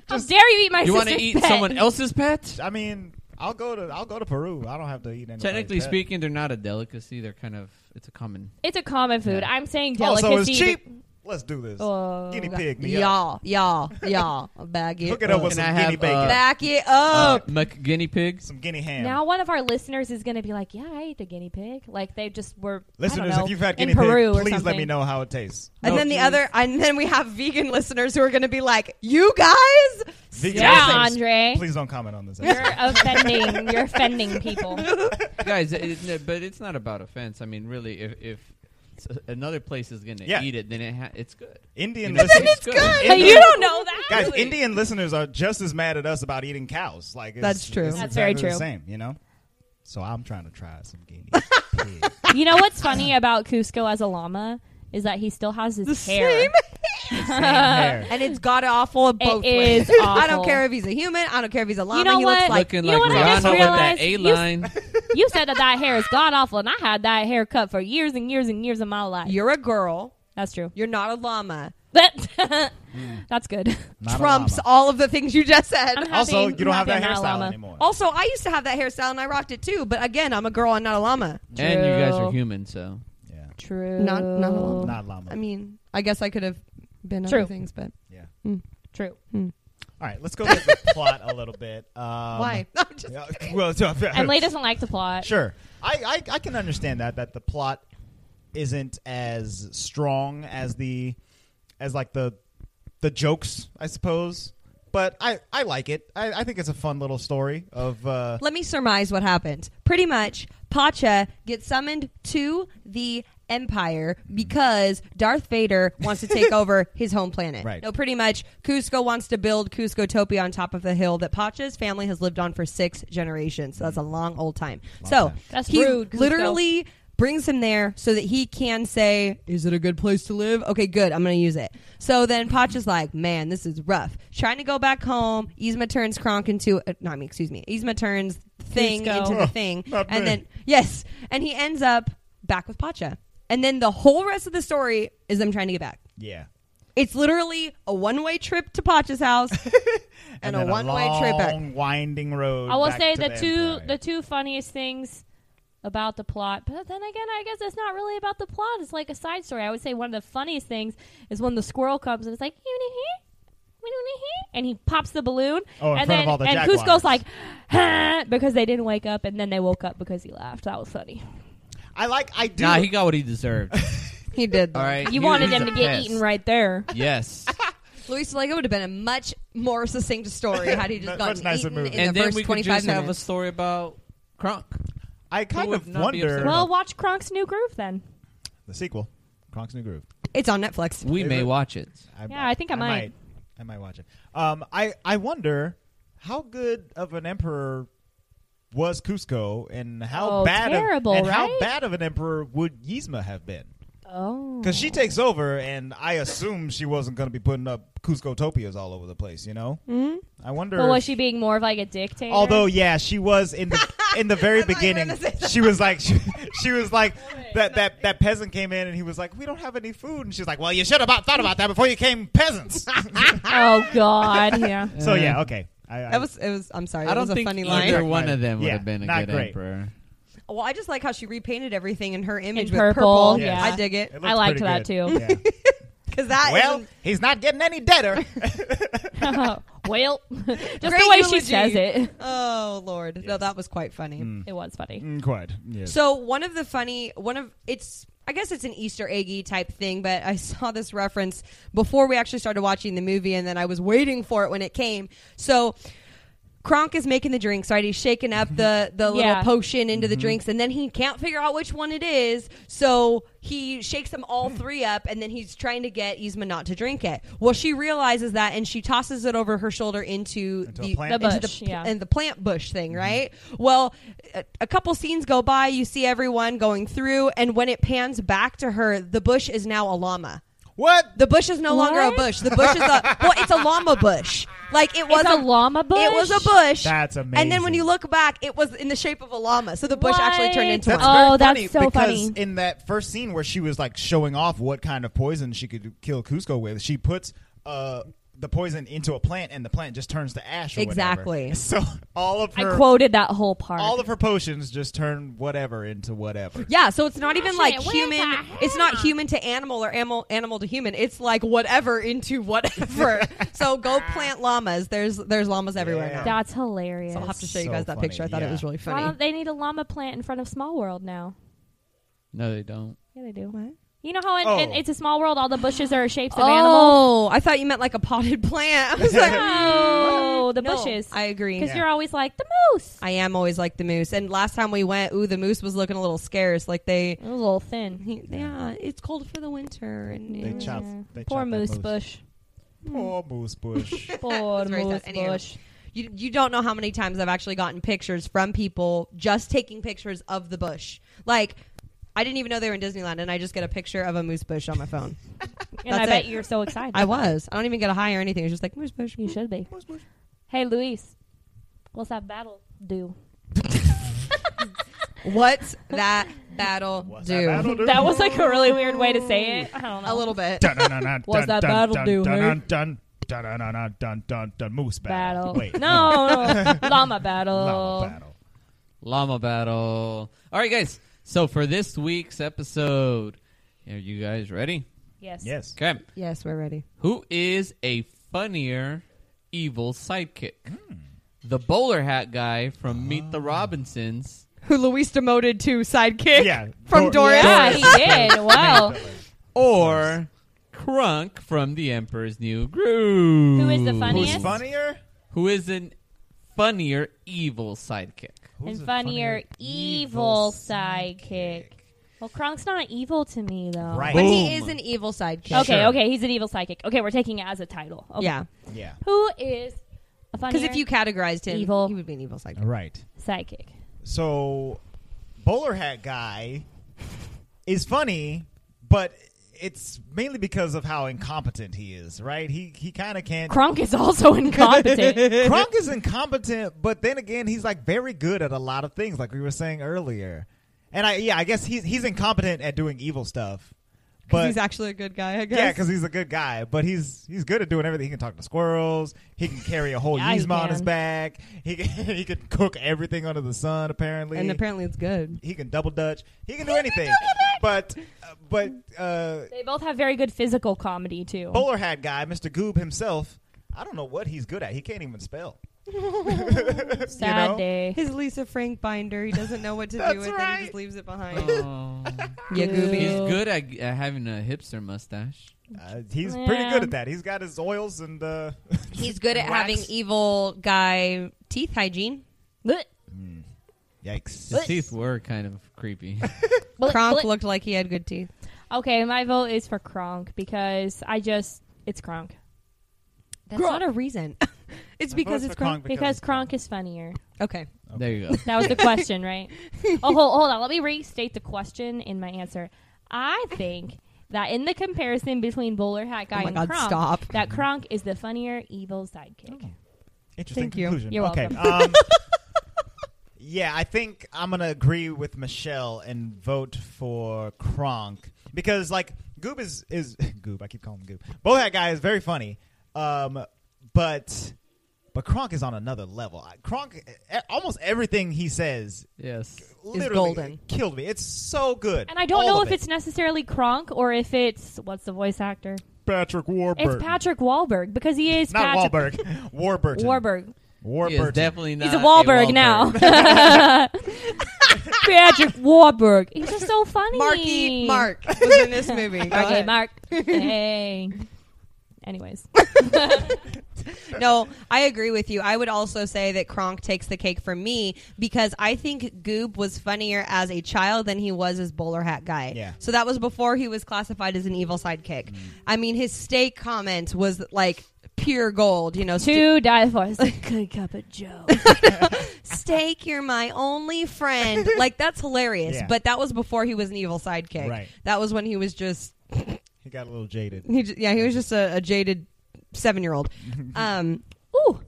Speaker 3: How dare you eat my
Speaker 1: You want
Speaker 3: sister's
Speaker 1: to eat
Speaker 3: pet?
Speaker 1: someone else's pet?
Speaker 4: I mean, I'll go to I'll go to Peru. I don't have to eat anything.
Speaker 1: Technically speaking, they're not a delicacy. They're kind of it's a common.
Speaker 3: It's a common food. I'm saying
Speaker 1: Oh,
Speaker 3: delicacy.
Speaker 4: also it's cheap.
Speaker 3: be-
Speaker 4: Let's do this.
Speaker 3: Oh.
Speaker 4: guinea pig me up.
Speaker 5: Y'all, y'all, y'all. Back it
Speaker 4: Hook it up with
Speaker 1: Can
Speaker 4: some
Speaker 1: I
Speaker 4: guinea
Speaker 1: have,
Speaker 4: bacon,
Speaker 1: uh,
Speaker 5: Back it
Speaker 1: Uh,
Speaker 3: Oh.
Speaker 5: up.
Speaker 1: Mc guinea pigs.
Speaker 4: some guinea ham.
Speaker 3: Now one of our listeners is going to be like, "Yeah, I ate a guinea pig." Like they just were. I don't
Speaker 4: listeners,
Speaker 3: know,
Speaker 4: if you've had guinea
Speaker 3: in Peru
Speaker 4: pig,
Speaker 3: or
Speaker 4: please let me
Speaker 3: something.
Speaker 4: know how it tastes.
Speaker 5: and
Speaker 1: no,
Speaker 5: then the
Speaker 1: geez.
Speaker 5: other, and then we have vegan listeners who are going to be like, "You guys,
Speaker 4: Vegan
Speaker 3: Yeah,
Speaker 4: listeners,
Speaker 3: Andre.
Speaker 4: Please don't comment on this.
Speaker 3: You're
Speaker 4: episode.
Speaker 3: offending. You're offending people.
Speaker 1: guys it, it- but it's not about offense i mean really if, if s- another place is gonna
Speaker 4: Yeah.
Speaker 1: eat it then it ha- it's good
Speaker 4: Indian
Speaker 1: You know,
Speaker 4: listeners,
Speaker 1: it's good
Speaker 4: Indian-
Speaker 3: you don't know that.
Speaker 4: guys, Indian listeners are just as mad at us about eating cows. Like it's,
Speaker 5: That's true.
Speaker 4: it's
Speaker 3: That's
Speaker 4: exactly
Speaker 3: very
Speaker 4: The
Speaker 3: true.
Speaker 4: same, you know. So I'm trying to try some guinea pig.
Speaker 3: You know what's funny about Cusco as a llama is that he still has his hair.
Speaker 5: same
Speaker 4: Same hair.
Speaker 5: and it's god awful." Both
Speaker 3: is
Speaker 5: ways. I
Speaker 3: awful.
Speaker 5: don't care if he's a human. I don't care if he's a llama.
Speaker 3: know
Speaker 5: he
Speaker 3: what?
Speaker 5: looks like
Speaker 1: looking
Speaker 3: you know
Speaker 1: like
Speaker 3: what I just
Speaker 1: rihanna with that
Speaker 3: realized?
Speaker 1: a
Speaker 3: You-
Speaker 1: line
Speaker 3: You said that that hair is god awful, and I had that haircut for years and years and years of my life.
Speaker 5: you're a girl.
Speaker 3: That's true.
Speaker 5: You're not a llama.
Speaker 3: That that's good.
Speaker 4: Not a
Speaker 5: trumps
Speaker 4: llama.
Speaker 5: all of the things you just said.
Speaker 3: I'm happy,
Speaker 4: Also, you don't have
Speaker 3: I'm happy
Speaker 4: that
Speaker 3: I'm not a
Speaker 4: hairstyle
Speaker 3: llama.
Speaker 4: anymore.
Speaker 5: Also, I used to have that hairstyle and I rocked it too, but again, I'm a girl and not a llama.
Speaker 1: And you guys are
Speaker 3: True.
Speaker 1: human, so
Speaker 4: Yeah,
Speaker 3: True.
Speaker 5: Not- not a llama.
Speaker 4: not llama.
Speaker 5: I mean, I guess I could have been
Speaker 3: True.
Speaker 5: other things, but
Speaker 4: yeah.
Speaker 3: True.
Speaker 5: Mm-hmm.
Speaker 4: All right, let's go with the plot a little bit. Um,
Speaker 5: why? I'm just
Speaker 4: Yeah, well, so-
Speaker 3: Emily doesn't like the plot.
Speaker 4: Sure, I, I I can understand that that the plot isn't as strong as the as like the the jokes, I suppose. But I I like it. I, I think it's a fun little story of uh,
Speaker 5: Let me surmise what happened. Pretty much, Pacha gets summoned to the Empire because Darth Vader wants to take over his home planet.
Speaker 4: Right.
Speaker 5: No, pretty much, Cusco wants to build Cusco Topia on top of the hill that Pacha's family has lived on for six generations. So that's a long old time. so
Speaker 4: time.
Speaker 3: That's
Speaker 5: he
Speaker 3: rude, Cusco.
Speaker 5: literally brings him there so that he can say, Is it a good place to live? Okay, good. I'm going to use it. So then Pacha's like, Man, this is rough. Trying to go back home. Yzma turns Kronk into, uh, not me, excuse me. Yzma turns Thing
Speaker 3: Cusco.
Speaker 5: into the Thing.
Speaker 4: not
Speaker 5: and
Speaker 4: me.
Speaker 5: then, yes. And he ends up back with Pacha. And then the whole rest of the story is them trying to get back.
Speaker 4: yeah,
Speaker 5: It's literally a one way trip to Pacha's house and, a
Speaker 4: then
Speaker 5: one way trip back.
Speaker 4: long, winding road.
Speaker 3: I will
Speaker 4: back
Speaker 3: say
Speaker 4: to
Speaker 3: the two
Speaker 4: Empire.
Speaker 3: the two funniest things about the plot, but then again, I guess it's not really about the plot. It's like a side story. I would say one of the funniest things is when the squirrel comes and it's like, "Yoo-nee-hee, wee-doo-nee-hee," and he pops the balloon,
Speaker 4: Oh, in
Speaker 3: and
Speaker 4: front of
Speaker 3: then
Speaker 4: all the
Speaker 3: and
Speaker 4: jaguars.
Speaker 3: Cusco's like, "Huh," because they didn't wake up, and then they woke up because he laughed. That was funny.
Speaker 4: I like. I do.
Speaker 1: nah, he got what he deserved.
Speaker 5: He did.
Speaker 1: All right,
Speaker 3: You wanted
Speaker 1: he's
Speaker 3: him
Speaker 1: a
Speaker 3: to get
Speaker 1: pest.
Speaker 3: eaten right there.
Speaker 1: Yes,
Speaker 5: Luis Lego would have been a much more succinct story had he just
Speaker 4: Much
Speaker 5: gotten
Speaker 4: nicer
Speaker 5: eaten
Speaker 4: movie.
Speaker 5: in
Speaker 1: and
Speaker 5: the
Speaker 1: then
Speaker 5: first
Speaker 1: we could
Speaker 5: 25
Speaker 1: just
Speaker 5: minutes.
Speaker 1: have a story about Kronk.
Speaker 4: I kind
Speaker 1: would
Speaker 4: of
Speaker 1: not be upset
Speaker 4: wonder.
Speaker 1: about
Speaker 3: Well, watch Kronk's New Groove then.
Speaker 4: the sequel, Kronk's New Groove.
Speaker 5: it's on Netflix.
Speaker 1: We
Speaker 4: Is
Speaker 1: may
Speaker 4: it-
Speaker 1: watch it.
Speaker 3: Yeah, I think I might.
Speaker 4: I might watch it. Um, I I wonder how good of an emperor was Cusco, and how
Speaker 3: Oh,
Speaker 4: bad
Speaker 3: terrible,
Speaker 4: of and how
Speaker 3: right?
Speaker 4: bad of an emperor would Yzma have been?
Speaker 3: Oh,
Speaker 4: Because she takes over, and I assume she wasn't going to be putting up Cusco topias all over the place. You know, mm-hmm. I wonder.
Speaker 3: but was
Speaker 4: if-
Speaker 3: she being more of like a dictator?
Speaker 4: Although, yeah, she was in the in the very beginning. She was like, she, she was like that that that peasant came in and he was like, we don't have any food, and she's like, well, you should have thought about that before you came peasants.
Speaker 3: oh god, yeah.
Speaker 4: so yeah, okay. I, I,
Speaker 5: That was it was I'm sorry.
Speaker 1: I
Speaker 5: that
Speaker 1: don't
Speaker 5: was a
Speaker 1: think
Speaker 5: funny
Speaker 1: either
Speaker 5: line.
Speaker 1: one of them would
Speaker 4: Yeah,
Speaker 1: have been a
Speaker 4: not
Speaker 1: good
Speaker 4: great.
Speaker 1: emperor.
Speaker 5: Well, I just like how she repainted everything in her image
Speaker 3: In
Speaker 5: with
Speaker 3: purple,
Speaker 5: purple.
Speaker 3: yeah.
Speaker 5: I dig it
Speaker 4: it looked
Speaker 3: I liked
Speaker 4: pretty
Speaker 3: that
Speaker 4: good. Yeah.
Speaker 5: cuz that
Speaker 4: well,
Speaker 5: is-
Speaker 4: he's not getting any deader.
Speaker 3: well, just the
Speaker 5: Great
Speaker 3: way she
Speaker 5: eulogy.
Speaker 3: says it.
Speaker 5: Oh lord. No, that was quite funny.
Speaker 1: Hmm.
Speaker 3: It was funny.
Speaker 4: Quite. Yes.
Speaker 5: So one of the funny one of it's I guess it's an Easter eggy type thing, but I saw this reference before we actually started watching the movie, and then I was waiting for it when it came. So Kronk is making the drinks, right? He's shaking up the the little
Speaker 3: Yeah.
Speaker 5: potion into the drinks, and then he can't figure out which one it is. So he shakes them all three up, and then he's trying to get Yzma not to drink it. Well, she realizes that, and she tosses it over her shoulder into,
Speaker 4: Into a
Speaker 5: the,
Speaker 4: plant
Speaker 5: into
Speaker 4: Mm-hmm.
Speaker 3: bush.
Speaker 5: the
Speaker 3: The bush,
Speaker 5: pl-
Speaker 3: yeah.
Speaker 5: and the plant bush thing, right? Well, a, a couple scenes go by, you see everyone going through, and when it pans back to her, the bush is now a llama.
Speaker 4: what?
Speaker 5: The bush is no longer a
Speaker 3: What?
Speaker 5: bush. The bush is a well, it's a llama bush. Like it was
Speaker 3: a llama bush?
Speaker 5: It was a bush.
Speaker 4: That's
Speaker 5: And then when
Speaker 4: amazing.
Speaker 5: you look back, it was in the shape of a llama. So the bush actually turned
Speaker 3: What?
Speaker 5: into
Speaker 4: That's
Speaker 5: one.
Speaker 4: very
Speaker 3: Oh, that's
Speaker 4: funny
Speaker 3: so
Speaker 4: because
Speaker 3: funny.
Speaker 4: in that first scene where she was like showing off what kind of poison she could kill Cusco with, she puts uh, the poison into a plant and the plant just turns to ash. Or
Speaker 5: Exactly.
Speaker 4: Whatever. So all of
Speaker 3: I
Speaker 4: her
Speaker 3: quoted that whole part.
Speaker 4: all of her potions just turn whatever into whatever.
Speaker 5: Yeah, so it's not even like
Speaker 3: Actually, it went
Speaker 5: human.
Speaker 3: to
Speaker 5: It's not human to animal or animal animal to human. It's like whatever into whatever. so go plant llamas. There's there's llamas everywhere
Speaker 4: Yeah.
Speaker 5: now.
Speaker 3: That's hilarious.
Speaker 5: I'll have to show you
Speaker 4: So
Speaker 5: guys that
Speaker 4: funny,
Speaker 5: picture. I thought
Speaker 4: yeah.
Speaker 5: it was really
Speaker 3: Why
Speaker 5: funny.
Speaker 3: don't they need a llama plant in front of Small World now?
Speaker 1: No, they don't.
Speaker 3: Yeah, they do.
Speaker 5: What?
Speaker 3: You know how in, in
Speaker 4: Oh.
Speaker 3: It's a Small World, all the bushes are shapes of animals?
Speaker 5: Oh, I thought you meant like a potted plant. I was like,
Speaker 3: No, the
Speaker 5: No,
Speaker 3: bushes.
Speaker 5: I agree.
Speaker 3: Because
Speaker 4: Yeah.
Speaker 3: you're always like, the moose.
Speaker 5: I am always like the moose. And last time we went, ooh, the moose was looking a little scarce. Like they,
Speaker 3: It was a little thin.
Speaker 5: he, yeah, it's cold for the winter. And
Speaker 4: They
Speaker 5: yeah.
Speaker 4: chop.
Speaker 3: Yeah.
Speaker 4: They
Speaker 3: Poor
Speaker 4: chop that
Speaker 3: moose bush.
Speaker 4: Poor moose bush.
Speaker 3: Poor
Speaker 5: very sad.
Speaker 3: moose
Speaker 5: Anyway.
Speaker 3: bush.
Speaker 5: you, you don't know how many times I've actually gotten pictures from people just taking pictures of the bush. Like I didn't even know they were in Disneyland, and I just get a picture of a moose bush on my phone.
Speaker 3: And I
Speaker 5: That's
Speaker 3: bet
Speaker 5: it.
Speaker 3: you're so excited.
Speaker 5: I was. I don't even get a high or anything. It's just like moose bush.
Speaker 3: You should be. Hey, Luis. What's that battle do?
Speaker 5: What's that battle
Speaker 4: What's
Speaker 5: do?
Speaker 4: that battle do?
Speaker 3: That was like a really weird way to say it. I don't know.
Speaker 5: A little bit.
Speaker 4: Dun-dun-dun-dun,
Speaker 3: What's that
Speaker 4: dun-dun,
Speaker 3: battle do,
Speaker 4: dun-dun, dun, dun-dun-dun-dun, dun-dun-dun, Moose battle.
Speaker 3: battle.
Speaker 4: Wait,
Speaker 3: No, no, llama battle.
Speaker 4: llama battle.
Speaker 1: Llama battle. All right, guys. So for this week's episode, are you guys ready?
Speaker 3: Yes.
Speaker 4: Yes.
Speaker 1: Okay.
Speaker 5: Yes, we're ready.
Speaker 1: Who is a funnier evil sidekick? The bowler hat guy from Meet the Robinsons.
Speaker 5: Who Luis demoted to sidekick
Speaker 4: Yeah.
Speaker 5: from
Speaker 4: Dor-
Speaker 5: Doris?
Speaker 3: Yeah, he did. Wow.
Speaker 1: Or Crunk from The Emperor's New Groove.
Speaker 3: Who is the
Speaker 4: Who's
Speaker 3: funniest?
Speaker 4: funnier?
Speaker 1: Who is an funnier evil sidekick?
Speaker 4: Who's
Speaker 3: and
Speaker 4: a
Speaker 3: funnier, evil sidekick. Well, Kronk's not evil to me though.
Speaker 4: Right.
Speaker 5: But he
Speaker 1: Boom.
Speaker 5: is
Speaker 3: e-
Speaker 5: an evil sidekick.
Speaker 3: Okay.
Speaker 1: Sure.
Speaker 3: Okay. He's an evil sidekick. Okay, we're taking it as a title. Okay.
Speaker 5: Yeah.
Speaker 4: Yeah.
Speaker 3: Who is a funnier?
Speaker 5: Because if you categorized him,
Speaker 3: Evil.
Speaker 5: he would be an evil sidekick.
Speaker 4: Right.
Speaker 3: sidekick.
Speaker 4: So, bowler hat guy is funny, but it's mainly because of how incompetent he is. Right? He he kind of can't.
Speaker 3: Kronk is also incompetent.
Speaker 4: Kronk is incompetent, but then again, he's like very good at a lot of things, like we were saying earlier. And I, yeah, I guess he's he's incompetent at doing evil stuff, but
Speaker 5: he's actually a good guy, I guess.
Speaker 4: yeah, because he's a good guy. But he's he's good at doing everything. He can talk to squirrels. He can carry a whole
Speaker 3: Yeah, he
Speaker 4: Yzma on his
Speaker 3: can.
Speaker 4: back. He can, he can cook everything under the sun. Apparently,
Speaker 5: and apparently it's good.
Speaker 4: he can double dutch. He can do anything. but uh, but uh,
Speaker 3: they both have very good physical comedy too.
Speaker 4: bowler hat guy, Mr. Goob himself, I don't know what he's good at. He can't even spell.
Speaker 3: Sad
Speaker 4: know?
Speaker 3: day.
Speaker 5: His Lisa Frank binder, he doesn't know what to
Speaker 4: That's
Speaker 5: do with it.
Speaker 4: right.
Speaker 5: He just leaves it behind.
Speaker 1: Oh.
Speaker 5: yeah,
Speaker 1: He's
Speaker 5: Gooby.
Speaker 3: Ew.
Speaker 1: good at, at having a hipster mustache.
Speaker 4: Uh, he's pretty
Speaker 3: Yeah.
Speaker 4: good at that. He's got his oils and uh,
Speaker 5: He's good at
Speaker 4: Wax.
Speaker 5: having e- evil guy teeth hygiene.
Speaker 3: Blech,
Speaker 4: yikes.
Speaker 1: His teeth were kind of creepy.
Speaker 3: blech,
Speaker 5: Kronk
Speaker 3: blech.
Speaker 5: looked like he had good teeth.
Speaker 3: Okay, my vote is for Kronk because I just it's Kronk
Speaker 5: That's not a reason. it's because it's Kronk.
Speaker 3: because Kronk is funnier.
Speaker 5: Okay.
Speaker 1: There you go.
Speaker 3: That was the question, right? Oh, hold, hold on. Let me restate the question in my answer. I think that in the comparison between Bowler Hat Guy
Speaker 5: Oh my
Speaker 3: and
Speaker 5: God,
Speaker 3: Kronk,
Speaker 5: stop.
Speaker 3: that Kronk is the funnier evil sidekick.
Speaker 4: Interesting
Speaker 5: Thank you.
Speaker 4: conclusion.
Speaker 3: You're
Speaker 4: okay. Um, yeah, I think I'm gonna agree with Michelle and vote for Kronk because like Goob is is Goob. I keep calling him Goob. Both that guy is very funny, um, but but Kronk is on another level. I- Kronk, eh, almost everything he says
Speaker 1: Yes.
Speaker 4: literally
Speaker 5: golden.
Speaker 4: Killed me. It's so good.
Speaker 3: And I don't
Speaker 4: All
Speaker 3: know
Speaker 4: of
Speaker 3: if
Speaker 4: it.
Speaker 3: it's necessarily Kronk or if it's what's the voice actor?
Speaker 4: Patrick Warburton.
Speaker 3: It's Patrick Wahlberg because he is
Speaker 4: Not
Speaker 3: Patrick
Speaker 4: Wahlberg. Warburton.
Speaker 3: Wahlberg.
Speaker 1: He is
Speaker 4: Warburton.
Speaker 1: definitely not
Speaker 3: He's a Wahlberg, now. Patrick Wahlberg. He's just so funny.
Speaker 5: Marky Mark was in this movie. Go
Speaker 3: Okay,
Speaker 5: ahead.
Speaker 3: Mark. Hey. Anyways,
Speaker 5: No, I agree with you. I would also say that Kronk takes the cake for me because I think Goob was funnier as a child than he was as bowler hat guy.
Speaker 4: Yeah. Mm.
Speaker 5: So that was before he was classified as an evil sidekick. I mean, his steak comment was like pure gold. You know, "Ste-
Speaker 3: two die for is a good cup of Joe.
Speaker 5: steak, you're my only friend. like that's hilarious.
Speaker 4: Yeah.
Speaker 5: But that was before he was an evil sidekick.
Speaker 4: Right.
Speaker 5: That was when he was just
Speaker 4: He got a little jaded.
Speaker 5: he ju- yeah he was just a, a jaded seven year old. Um.
Speaker 3: Ooh.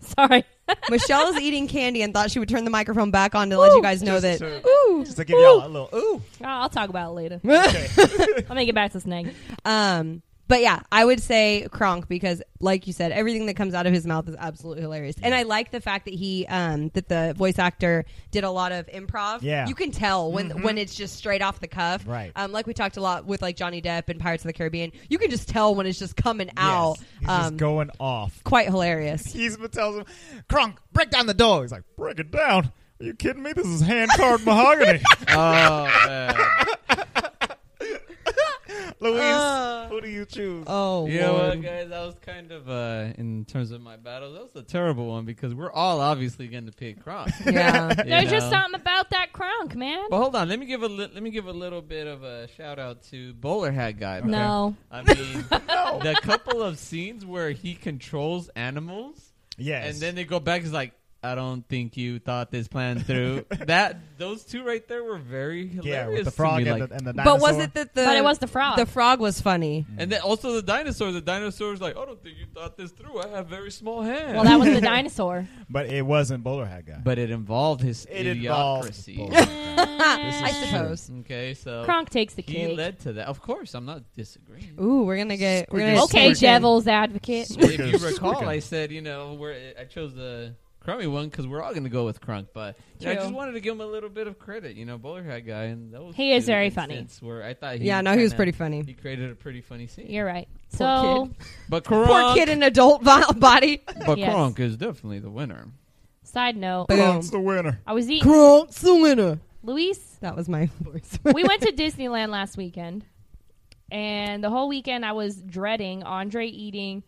Speaker 3: Sorry.
Speaker 5: Michelle is eating candy and thought she would turn the microphone back on to let you guys know that.
Speaker 4: to,
Speaker 3: Ooh.
Speaker 4: just to give y'all a little ooh.
Speaker 3: I'll I'll talk about it later. Let me get back to Snag.
Speaker 5: Um, but yeah, I would say Kronk because, like you said, everything that comes out of his mouth is absolutely hilarious, and I like the fact that he, um, that the voice actor did a lot of improv.
Speaker 4: Yeah. Mm-hmm.
Speaker 5: you can tell when when it's just straight off the cuff.
Speaker 4: Right.
Speaker 5: Um, like we talked a lot with like Johnny Depp and Pirates of the Caribbean, you can just tell when it's just coming out.
Speaker 4: Yes. He's
Speaker 5: um,
Speaker 4: just going off.
Speaker 5: quite hilarious.
Speaker 4: Yzma tells him, Kronk, break down the door. He's like, break it down. Are you kidding me? This is hand carved mahogany.
Speaker 1: Oh, man.
Speaker 4: Louise,
Speaker 5: Uh.
Speaker 4: who do you choose?
Speaker 5: Oh,
Speaker 1: You know what,
Speaker 5: Lord.
Speaker 1: guys? That was kind of, uh, in terms of my battle, that was a terrible one because we're all obviously going to pick Kronk. you
Speaker 5: yeah.
Speaker 3: There's just
Speaker 1: know?
Speaker 3: something about that Kronk, man.
Speaker 1: But hold on, let me give a li- let me give a little bit of a shout out to Bowler Hat Guy. though.
Speaker 3: No.
Speaker 1: I mean the couple of scenes where he controls animals
Speaker 4: yes.
Speaker 1: and then they go back is like I don't think you thought this plan through. that those two right there were very hilarious.
Speaker 4: yeah, with
Speaker 1: to
Speaker 4: the frog
Speaker 1: me,
Speaker 4: and,
Speaker 1: like-
Speaker 4: the, and the
Speaker 5: But
Speaker 4: dinosaur.
Speaker 5: was it that the
Speaker 3: But it was the frog.
Speaker 5: the frog was funny?
Speaker 1: and then also the dinosaur. The dinosaur's like, I don't think you thought this through. I have very small hands.
Speaker 3: well, that was the dinosaur.
Speaker 4: But it wasn't Bowler Hat Guy.
Speaker 1: but it involved his
Speaker 4: it involved
Speaker 1: idiocracy.
Speaker 4: Bowler Hat Guy.
Speaker 5: Ah, I suppose.
Speaker 1: okay, so
Speaker 3: Kronk takes the
Speaker 1: he
Speaker 3: cake.
Speaker 1: led to that. Of course, I'm not disagreeing.
Speaker 5: Ooh, we're gonna get we're gonna
Speaker 4: Squiggles.
Speaker 3: Okay,
Speaker 5: squirt in.
Speaker 3: devil's advocate.
Speaker 1: So if you
Speaker 4: Squeakers.
Speaker 1: recall,
Speaker 4: Squeaker.
Speaker 1: I said you know where I chose the crummy one because we're all going to go with Crunk, but you know, I
Speaker 3: True.
Speaker 1: just wanted to give him a little bit of credit. You know, bowler hat guy, and that was
Speaker 3: He is very funny.
Speaker 1: Where I thought, he
Speaker 5: Yeah, no, he was
Speaker 1: kinda-
Speaker 5: pretty funny.
Speaker 1: He created a pretty funny scene.
Speaker 3: You're right.
Speaker 5: Poor
Speaker 3: so,
Speaker 1: But
Speaker 5: Poor
Speaker 1: Crunk,
Speaker 5: kid in adult vo- body.
Speaker 1: but
Speaker 3: Yes.
Speaker 1: Crunk is definitely the winner.
Speaker 3: side note,
Speaker 5: Boom.
Speaker 4: That's the winner.
Speaker 3: I was eating.
Speaker 5: Kronk's the winner.
Speaker 3: Luis,
Speaker 5: That was my voice.
Speaker 3: we went to Disneyland last weekend, and the whole weekend I was dreading Andre eating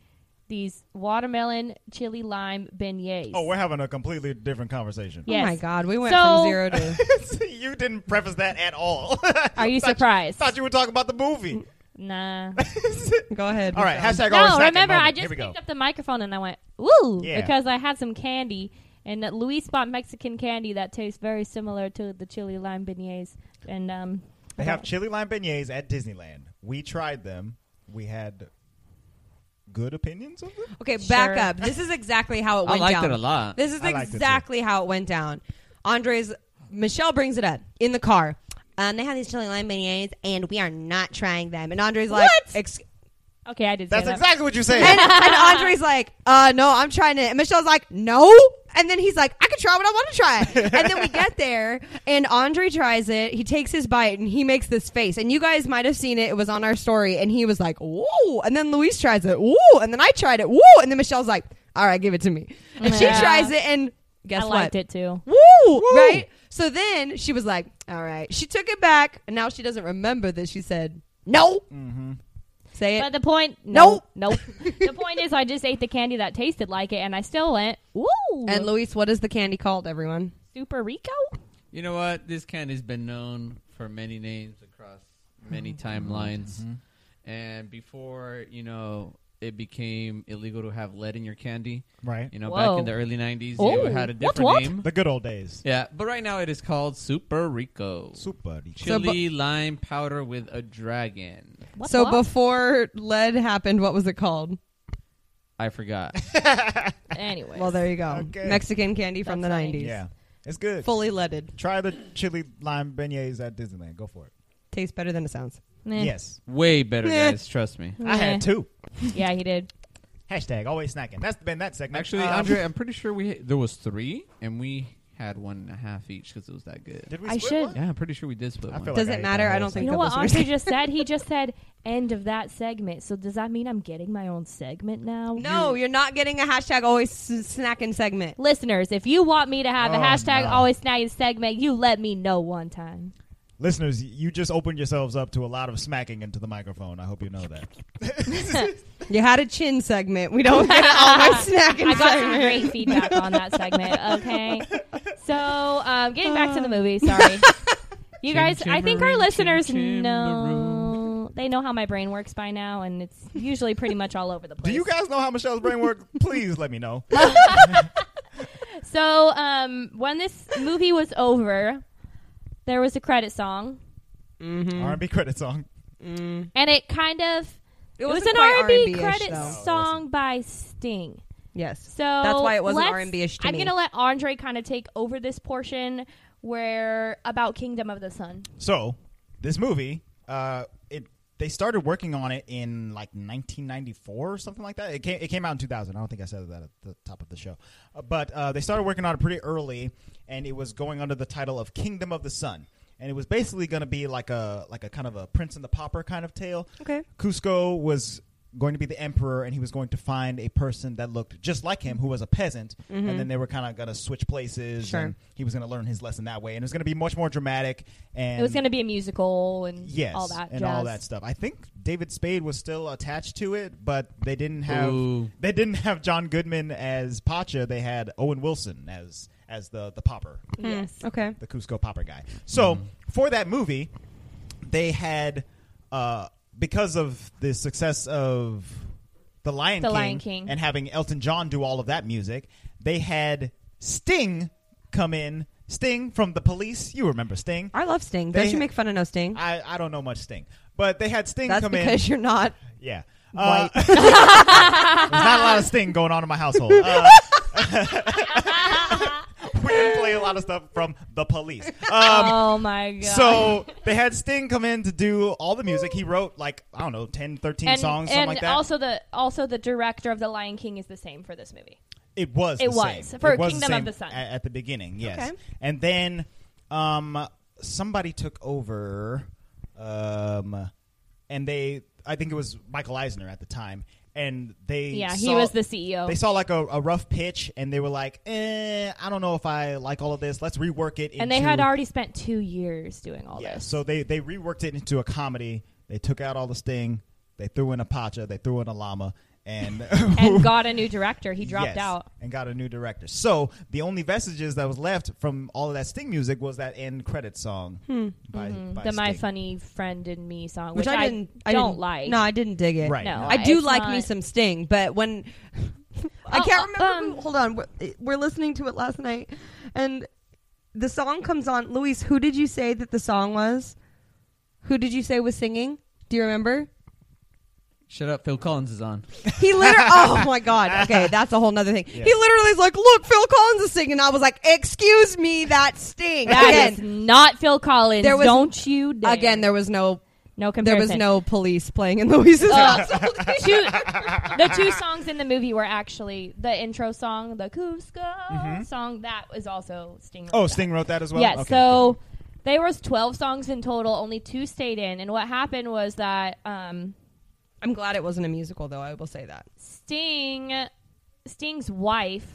Speaker 3: these watermelon chili lime beignets.
Speaker 4: Oh, we're having a completely different conversation.
Speaker 3: Yes.
Speaker 5: Oh my god, we went
Speaker 3: So-
Speaker 5: from zero to.
Speaker 4: you didn't preface that at all.
Speaker 3: Are you
Speaker 4: Thought
Speaker 3: surprised?
Speaker 4: Thought you were talking about the movie.
Speaker 3: Nah.
Speaker 5: Go ahead.
Speaker 4: All right,
Speaker 5: Michelle.
Speaker 4: hashtag our
Speaker 3: no,
Speaker 4: second
Speaker 3: remember
Speaker 4: moment.
Speaker 3: I
Speaker 4: Here
Speaker 3: just
Speaker 4: we go.
Speaker 3: picked up the microphone and I went woo
Speaker 4: Yeah.
Speaker 3: because I had some candy and that Luis bought Mexican candy that tastes very similar to the chili lime beignets and um.
Speaker 4: They have chili lime beignets at Disneyland. We tried them. We had good opinions of them.
Speaker 5: Okay, back
Speaker 3: Sure.
Speaker 5: up. This is exactly how it
Speaker 1: I
Speaker 5: went
Speaker 1: liked
Speaker 5: down.
Speaker 1: it a lot.
Speaker 5: This is
Speaker 4: I liked it too.
Speaker 5: exactly how it went down. Andres Michelle brings it up in the car. Um, they have these chili lime beignets, and we are not trying them. And Andre's like, "Ex-
Speaker 3: Okay, I did. say
Speaker 4: That's
Speaker 3: that.
Speaker 4: exactly what you said.
Speaker 5: and, and Andre's like, uh, no, I'm trying it. And Michelle's like, no. And then he's like, I can try what I want to try. And then we get there, and Andre tries it. He takes his bite, and he makes this face. And you guys might have seen it. It was on our story. And he was like, whoa. And then Luis tries it, whoa. And then I tried it, whoa. And then Michelle's like, all right, give it to me. And
Speaker 3: Yeah.
Speaker 5: she tries it, and guess
Speaker 3: I
Speaker 5: what?
Speaker 3: liked it too.
Speaker 5: Woo! Right? So then she was like, all right. She took it back, and now she doesn't remember that she said, no. Say it.
Speaker 3: But the point, no,
Speaker 5: Nope.
Speaker 3: nope. the point is, I just ate the candy that tasted like it, and I still went woo.
Speaker 5: and Luis, what is the candy called, everyone?
Speaker 3: Super Rico.
Speaker 1: You know what? This can has been known for many names across many timelines. And before, you know, it became illegal to have lead in your candy.
Speaker 4: right.
Speaker 1: You know,
Speaker 3: Whoa.
Speaker 1: back in the early 90s, you
Speaker 3: Oh,
Speaker 1: had a
Speaker 3: what,
Speaker 1: different
Speaker 3: what?
Speaker 1: name.
Speaker 4: The good old days.
Speaker 1: Yeah, but right now it is called Super Rico.
Speaker 4: Super. delicious.
Speaker 1: Chili lime powder with a dragon.
Speaker 3: What
Speaker 5: so
Speaker 3: the-
Speaker 5: before lead happened, what was it called?
Speaker 1: I forgot.
Speaker 3: anyway,
Speaker 5: Well, there you go.
Speaker 4: Okay.
Speaker 5: Mexican candy from
Speaker 3: That's
Speaker 5: the
Speaker 3: right.
Speaker 5: 90s.
Speaker 4: Yeah. It's good.
Speaker 5: Fully leaded.
Speaker 4: Try the chili lime beignets at Disneyland. Go for it.
Speaker 5: Tastes better than it sounds.
Speaker 4: Yes.
Speaker 1: Way better,
Speaker 5: Meh.
Speaker 1: guys. Trust me.
Speaker 4: I had two.
Speaker 3: Yeah, he did.
Speaker 4: Hashtag always snacking. That's been that segment.
Speaker 1: Actually,
Speaker 4: Um,
Speaker 1: Andre, I'm pretty sure we there was three, and we had one and a half each because it was that good.
Speaker 4: Did we
Speaker 3: I
Speaker 4: split
Speaker 3: should-
Speaker 4: one?
Speaker 1: Yeah, I'm pretty sure we did split
Speaker 4: I
Speaker 1: one.
Speaker 4: feel
Speaker 5: Does
Speaker 4: like
Speaker 5: it
Speaker 4: ate
Speaker 5: matter?
Speaker 4: that
Speaker 5: I
Speaker 4: whole
Speaker 5: don't think
Speaker 4: segment.
Speaker 3: You know
Speaker 5: the
Speaker 3: what
Speaker 5: listeners-
Speaker 3: Andre just said? He just said end of that segment. So does that mean I'm getting my own segment now?
Speaker 5: No, you're not getting a hashtag always s- snacking segment.
Speaker 3: Listeners, if you want me to have a
Speaker 4: Oh,
Speaker 3: hashtag
Speaker 4: no.
Speaker 3: always snagging segment, you let me know one time.
Speaker 4: Listeners, you just opened yourselves up to a lot of smacking into the microphone. I hope you know that.
Speaker 5: You had a chin segment. We don't get an always snacking
Speaker 3: I got some
Speaker 5: segment.
Speaker 3: great feedback on that segment. Okay. So, um, getting back to the movie, sorry. You
Speaker 1: Chim
Speaker 3: guys, I think our
Speaker 1: chimmery,
Speaker 3: listeners
Speaker 1: chim chim
Speaker 3: know. They know how my brain works by now, and it's usually pretty much all over the place.
Speaker 4: Do you guys know how Michelle's brain works? Please let me know.
Speaker 3: So, um, when this movie was over, there was a credit song,
Speaker 4: R&B credit song.
Speaker 3: and it kind of it, was
Speaker 5: wasn't
Speaker 3: an
Speaker 5: quite
Speaker 3: R and B
Speaker 5: R&B-ish,
Speaker 3: credit
Speaker 5: though.
Speaker 3: song by Sting.
Speaker 5: Yes.
Speaker 3: So
Speaker 5: That's why it wasn't
Speaker 3: let's-
Speaker 5: R&B-ish to
Speaker 3: I'm
Speaker 5: me.
Speaker 3: gonna let Andre kind of take over this portion where about Kingdom of the Sun.
Speaker 4: So, this movie, uh, it they started working on it in like 1994 or something like that. It came, it came out in 2000. I don't think I said that at the top of the show, Uh, but uh, they started working on it pretty early, and it was going under the title of Kingdom of the Sun, and it was basically going to be like a like a kind of a Prince and the Pauper kind of tale.
Speaker 5: Okay.
Speaker 4: Cusco was going to be the emperor and he was going to find a person that looked just like him who was a peasant and then they were kind of going to switch places
Speaker 5: Mm-hmm. Sure.
Speaker 4: and he was going to learn his lesson that way and it was going to be much more dramatic and
Speaker 3: It was gonna be a musical and
Speaker 4: yes
Speaker 3: all that
Speaker 4: and
Speaker 3: jazz.
Speaker 4: all that stuff i think david spade was still attached to it but they didn't have
Speaker 1: Ooh.
Speaker 4: they didn't have john goodman as pacha they had owen wilson as as the the popper
Speaker 3: Yes.
Speaker 5: Okay.
Speaker 4: the Cusco Popper guy. So for that movie, they had uh, because of the success of the Lion
Speaker 3: The
Speaker 4: King,
Speaker 3: Lion King.
Speaker 4: and having Elton John do all of that music, they had Sting come in. Sting from the police. You remember Sting?
Speaker 5: I love Sting. Don't
Speaker 4: They-
Speaker 5: you make fun of no Sting?
Speaker 4: I, I don't know much Sting, but they had Sting
Speaker 5: That's
Speaker 4: come in.
Speaker 5: because you're not.
Speaker 4: Yeah. Uh, there's not a lot of sting going on in my household. Uh, we didn't play a lot of stuff from the police. Um,
Speaker 3: oh my god.
Speaker 4: so they had Sting come in to do all the music. He wrote like I don't know 10, 13
Speaker 3: and,
Speaker 4: songs, something
Speaker 3: and
Speaker 4: like that.
Speaker 3: also the also the director of the Lion King is the same for this movie.
Speaker 4: It was.
Speaker 3: It
Speaker 4: the
Speaker 3: was,
Speaker 4: same.
Speaker 3: for
Speaker 4: It was
Speaker 3: Kingdom of
Speaker 4: same
Speaker 3: the Sun.
Speaker 4: a- at, the beginning. Yes.
Speaker 5: Okay.
Speaker 4: And then um, somebody took over, um, and they I think it was Michael Eisner at the time, and they
Speaker 3: Yeah, he
Speaker 4: saw-
Speaker 3: was the E CEO.
Speaker 4: They saw like a, a rough pitch, and they were like, eh, I don't know if I like all of this. Let's rework it.
Speaker 3: and they
Speaker 4: into-
Speaker 3: had already spent two years doing all
Speaker 4: yeah.
Speaker 3: this.
Speaker 4: So they they reworked it into a comedy. They took out all the Sting. They threw in a Pacha. They threw in a llama. And,
Speaker 3: and got a new director. He dropped
Speaker 4: Yes,
Speaker 3: out.
Speaker 4: and got a new director. So the only vestiges that was left from all of that Sting music was that end credit song by, by
Speaker 3: the Hmm. Mm-hmm. My
Speaker 4: Sting.
Speaker 3: Funny Friend and Me song,
Speaker 5: Which, I didn't. I,
Speaker 3: don't
Speaker 5: didn't-
Speaker 3: like.
Speaker 5: No, I didn't dig it.
Speaker 4: Right.
Speaker 3: No,
Speaker 4: no.
Speaker 5: I do
Speaker 3: Oh, it's
Speaker 5: like
Speaker 3: not-
Speaker 5: me some Sting, but when I
Speaker 3: Oh,
Speaker 5: can't remember.
Speaker 3: um,
Speaker 5: who, hold on, we're, we're listening to it last night, and the song comes on. Luis, who did you say that the song was? Who did you say was singing? Do you remember?
Speaker 1: Shut up, Phil Collins is on.
Speaker 5: He literally. oh my god. Okay, that's a whole nother thing. He literally is like, "Look, Phil Collins is singing." I was like, "Excuse me, that Sting."
Speaker 3: That
Speaker 5: again,
Speaker 3: is not Phil Collins.
Speaker 5: There was-
Speaker 3: don't you dare.
Speaker 5: again, there was no.
Speaker 3: no
Speaker 5: There
Speaker 3: comparison.
Speaker 5: was no police playing in Luis's
Speaker 3: Uh,
Speaker 5: house.
Speaker 3: two, the two songs in the movie were actually the intro song, the Cusco song. That was also Sting. wrote
Speaker 4: Mm-hmm. Oh,
Speaker 3: that.
Speaker 4: Sting wrote that as well.
Speaker 3: yeah.
Speaker 4: Okay.
Speaker 3: So there was twelve songs in total. Only two stayed in. And what happened was that um,
Speaker 5: I'm glad it wasn't a musical, though. I will say that.
Speaker 3: Sting, Sting's wife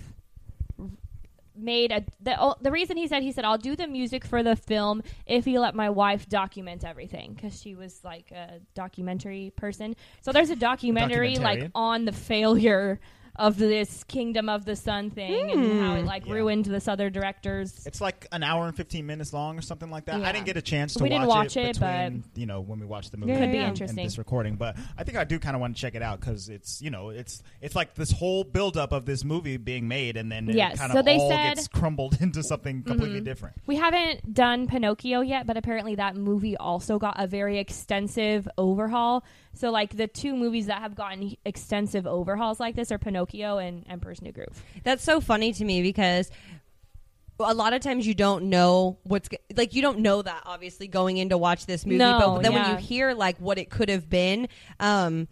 Speaker 3: made a the, oh, the reason he said he said I'll do the music for the film if you let my wife document everything because she was like a documentary person. So there's a documentary like
Speaker 4: documentarian.
Speaker 3: on the failure of this Kingdom of the Sun thing and how it like
Speaker 4: Hmm. Yeah.
Speaker 3: ruined this other director's.
Speaker 4: it's like an hour and fifteen minutes long or something like that.
Speaker 3: Yeah.
Speaker 4: I didn't get a chance to
Speaker 3: We didn't watch it,
Speaker 4: between, you know when we watched the movie.
Speaker 5: Could be
Speaker 4: and-
Speaker 3: interesting.
Speaker 4: And this recording, but I think I do kind of want to check it out because it's you know it's it's like this whole buildup of this movie being made, and then
Speaker 3: Yes,
Speaker 4: it kind of
Speaker 3: so they
Speaker 4: all
Speaker 3: said- Mm-hmm.
Speaker 4: gets crumbled into something completely different.
Speaker 3: We haven't done Pinocchio yet, but apparently that movie also got a very extensive overhaul. So, like, the two movies that have gotten extensive overhauls like this are Pinocchio and Emperor's New Groove.
Speaker 5: That's so funny to me because a lot of times you don't know what's go- like you don't know that obviously going in to watch this movie,
Speaker 3: No,
Speaker 5: but then when
Speaker 3: yeah.
Speaker 5: you hear like what it could have been, um,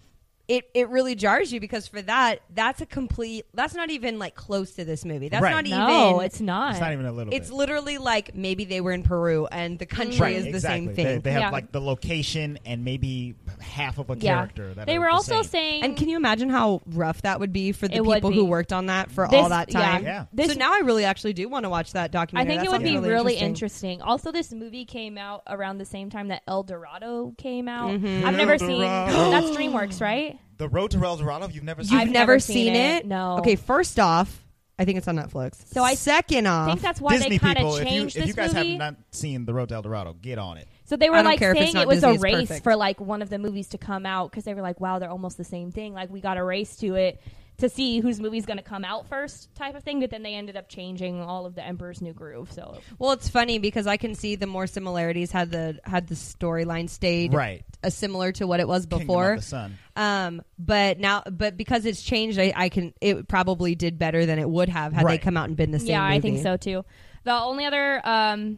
Speaker 5: it it really jars you because for that that's a complete that's not even like close to this movie. That's
Speaker 4: Right.
Speaker 5: not
Speaker 3: No,
Speaker 5: even
Speaker 3: it's not.
Speaker 4: It's not even a little.
Speaker 5: It's
Speaker 4: bit.
Speaker 5: literally like maybe they were in Peru and the country
Speaker 4: Right,
Speaker 5: is the
Speaker 4: exactly.
Speaker 5: same thing.
Speaker 4: They, they have
Speaker 3: Yeah.
Speaker 4: like the location and maybe half of a
Speaker 3: Yeah.
Speaker 4: character. That
Speaker 3: They
Speaker 4: are
Speaker 3: were
Speaker 4: the
Speaker 3: also
Speaker 4: same.
Speaker 3: saying.
Speaker 5: and can you imagine how rough that would be for the
Speaker 3: It would
Speaker 5: people who
Speaker 3: be.
Speaker 5: worked on that for
Speaker 3: This-
Speaker 5: all that time?
Speaker 4: Yeah.
Speaker 3: This,
Speaker 5: so now I really actually do want to watch that
Speaker 3: I
Speaker 5: documentary.
Speaker 3: think
Speaker 5: That
Speaker 3: it would
Speaker 5: sounds
Speaker 3: be really,
Speaker 5: interesting.
Speaker 3: interesting. Also, this movie came out around the same time that El Dorado came out.
Speaker 5: Mm-hmm.
Speaker 3: I've never
Speaker 4: El
Speaker 3: seen.
Speaker 4: Dorado.
Speaker 3: That's DreamWorks, right?
Speaker 4: the Road to El Dorado. You've never seen.
Speaker 5: You've
Speaker 3: I've
Speaker 4: it?
Speaker 5: never, seen, it?
Speaker 3: No.
Speaker 5: Okay, first off, I think it's on Netflix.
Speaker 3: So I-
Speaker 5: second
Speaker 3: I
Speaker 5: off,
Speaker 3: think that's why
Speaker 4: Uh-huh. Disney
Speaker 3: they kind
Speaker 4: people,
Speaker 3: of
Speaker 4: if you
Speaker 3: changed
Speaker 4: if you
Speaker 3: this
Speaker 4: guys
Speaker 3: movie.
Speaker 4: have not seen The Road to El Dorado, get on it.
Speaker 3: So they
Speaker 5: I
Speaker 3: were
Speaker 5: don't
Speaker 3: like
Speaker 5: care if it's
Speaker 3: saying
Speaker 5: not
Speaker 3: it was
Speaker 5: Disney,
Speaker 3: a
Speaker 5: it's
Speaker 3: race
Speaker 5: perfect.
Speaker 3: for like one of the movies to come out because they were like, wow, they're almost the same thing. Like we got a race to it to see whose movie's going to come out first, type of thing. But then they ended up changing all of the Emperor's New Groove. So
Speaker 5: well, it's funny because I can see the more similarities had the had the storyline stayed
Speaker 4: Right.
Speaker 5: uh, similar to what it was
Speaker 4: Kingdom
Speaker 5: before.
Speaker 4: of the Sun.
Speaker 5: Um, but now, but because it's changed, I, I can it probably did better than it would have had
Speaker 4: Right.
Speaker 5: they come out and been the same.
Speaker 3: yeah, I think
Speaker 5: movie.
Speaker 3: so too. The only other um,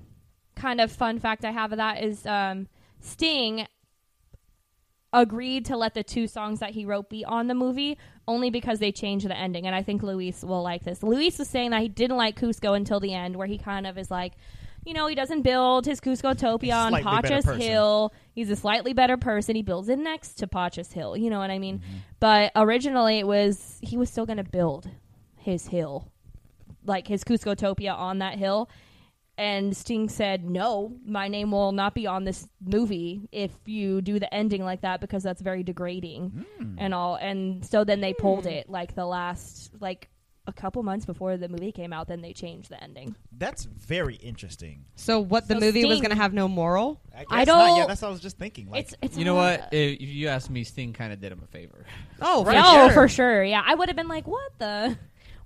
Speaker 3: kind of fun fact I have of that is um, Sting agreed to let the two songs that he wrote be on the movie only because they changed the ending and i think luis will like this luis was saying that he didn't like cusco until the end where he kind of is like you know he doesn't build his cusco topia on
Speaker 4: Slightly better
Speaker 3: pachas
Speaker 4: person.
Speaker 3: hill he's a slightly better person he builds it next to pachas hill you know what i mean
Speaker 4: Mm-hmm.
Speaker 3: but originally it was he was still going to build his hill like his cusco topia on that hill and Sting said, "No, my name will not be on this movie if you do the ending like that because that's very degrading
Speaker 4: Hmm.
Speaker 3: and all." And so then they pulled it like the last like a couple months before the movie came out. Then they changed the ending.
Speaker 4: That's very interesting.
Speaker 5: So what the
Speaker 3: So
Speaker 5: movie was
Speaker 3: Sting-
Speaker 5: going to have no moral?
Speaker 4: I guess
Speaker 3: I
Speaker 4: Not, yeah,
Speaker 3: don't-
Speaker 4: that's what I was just thinking. Like,
Speaker 3: it's it's Oh,
Speaker 1: You know
Speaker 3: all-
Speaker 1: what? If if you ask me, Sting kind of did him a favor.
Speaker 5: Oh, for
Speaker 3: no,
Speaker 5: sure.
Speaker 3: for sure. Yeah, I would have been like, "What the."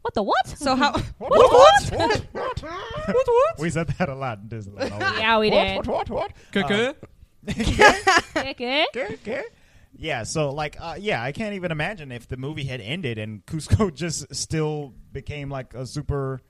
Speaker 3: What the what?
Speaker 5: So how?
Speaker 3: what, what?
Speaker 4: we said that a lot in Disneyland. always.
Speaker 3: Yeah, we
Speaker 4: what,
Speaker 3: did.
Speaker 4: What, what, Um, what?
Speaker 1: Cuckoo.
Speaker 3: Okay.
Speaker 4: Okay, okay. Yeah, so like, uh, yeah, I can't even imagine if the movie had ended and Cusco just still became like a super.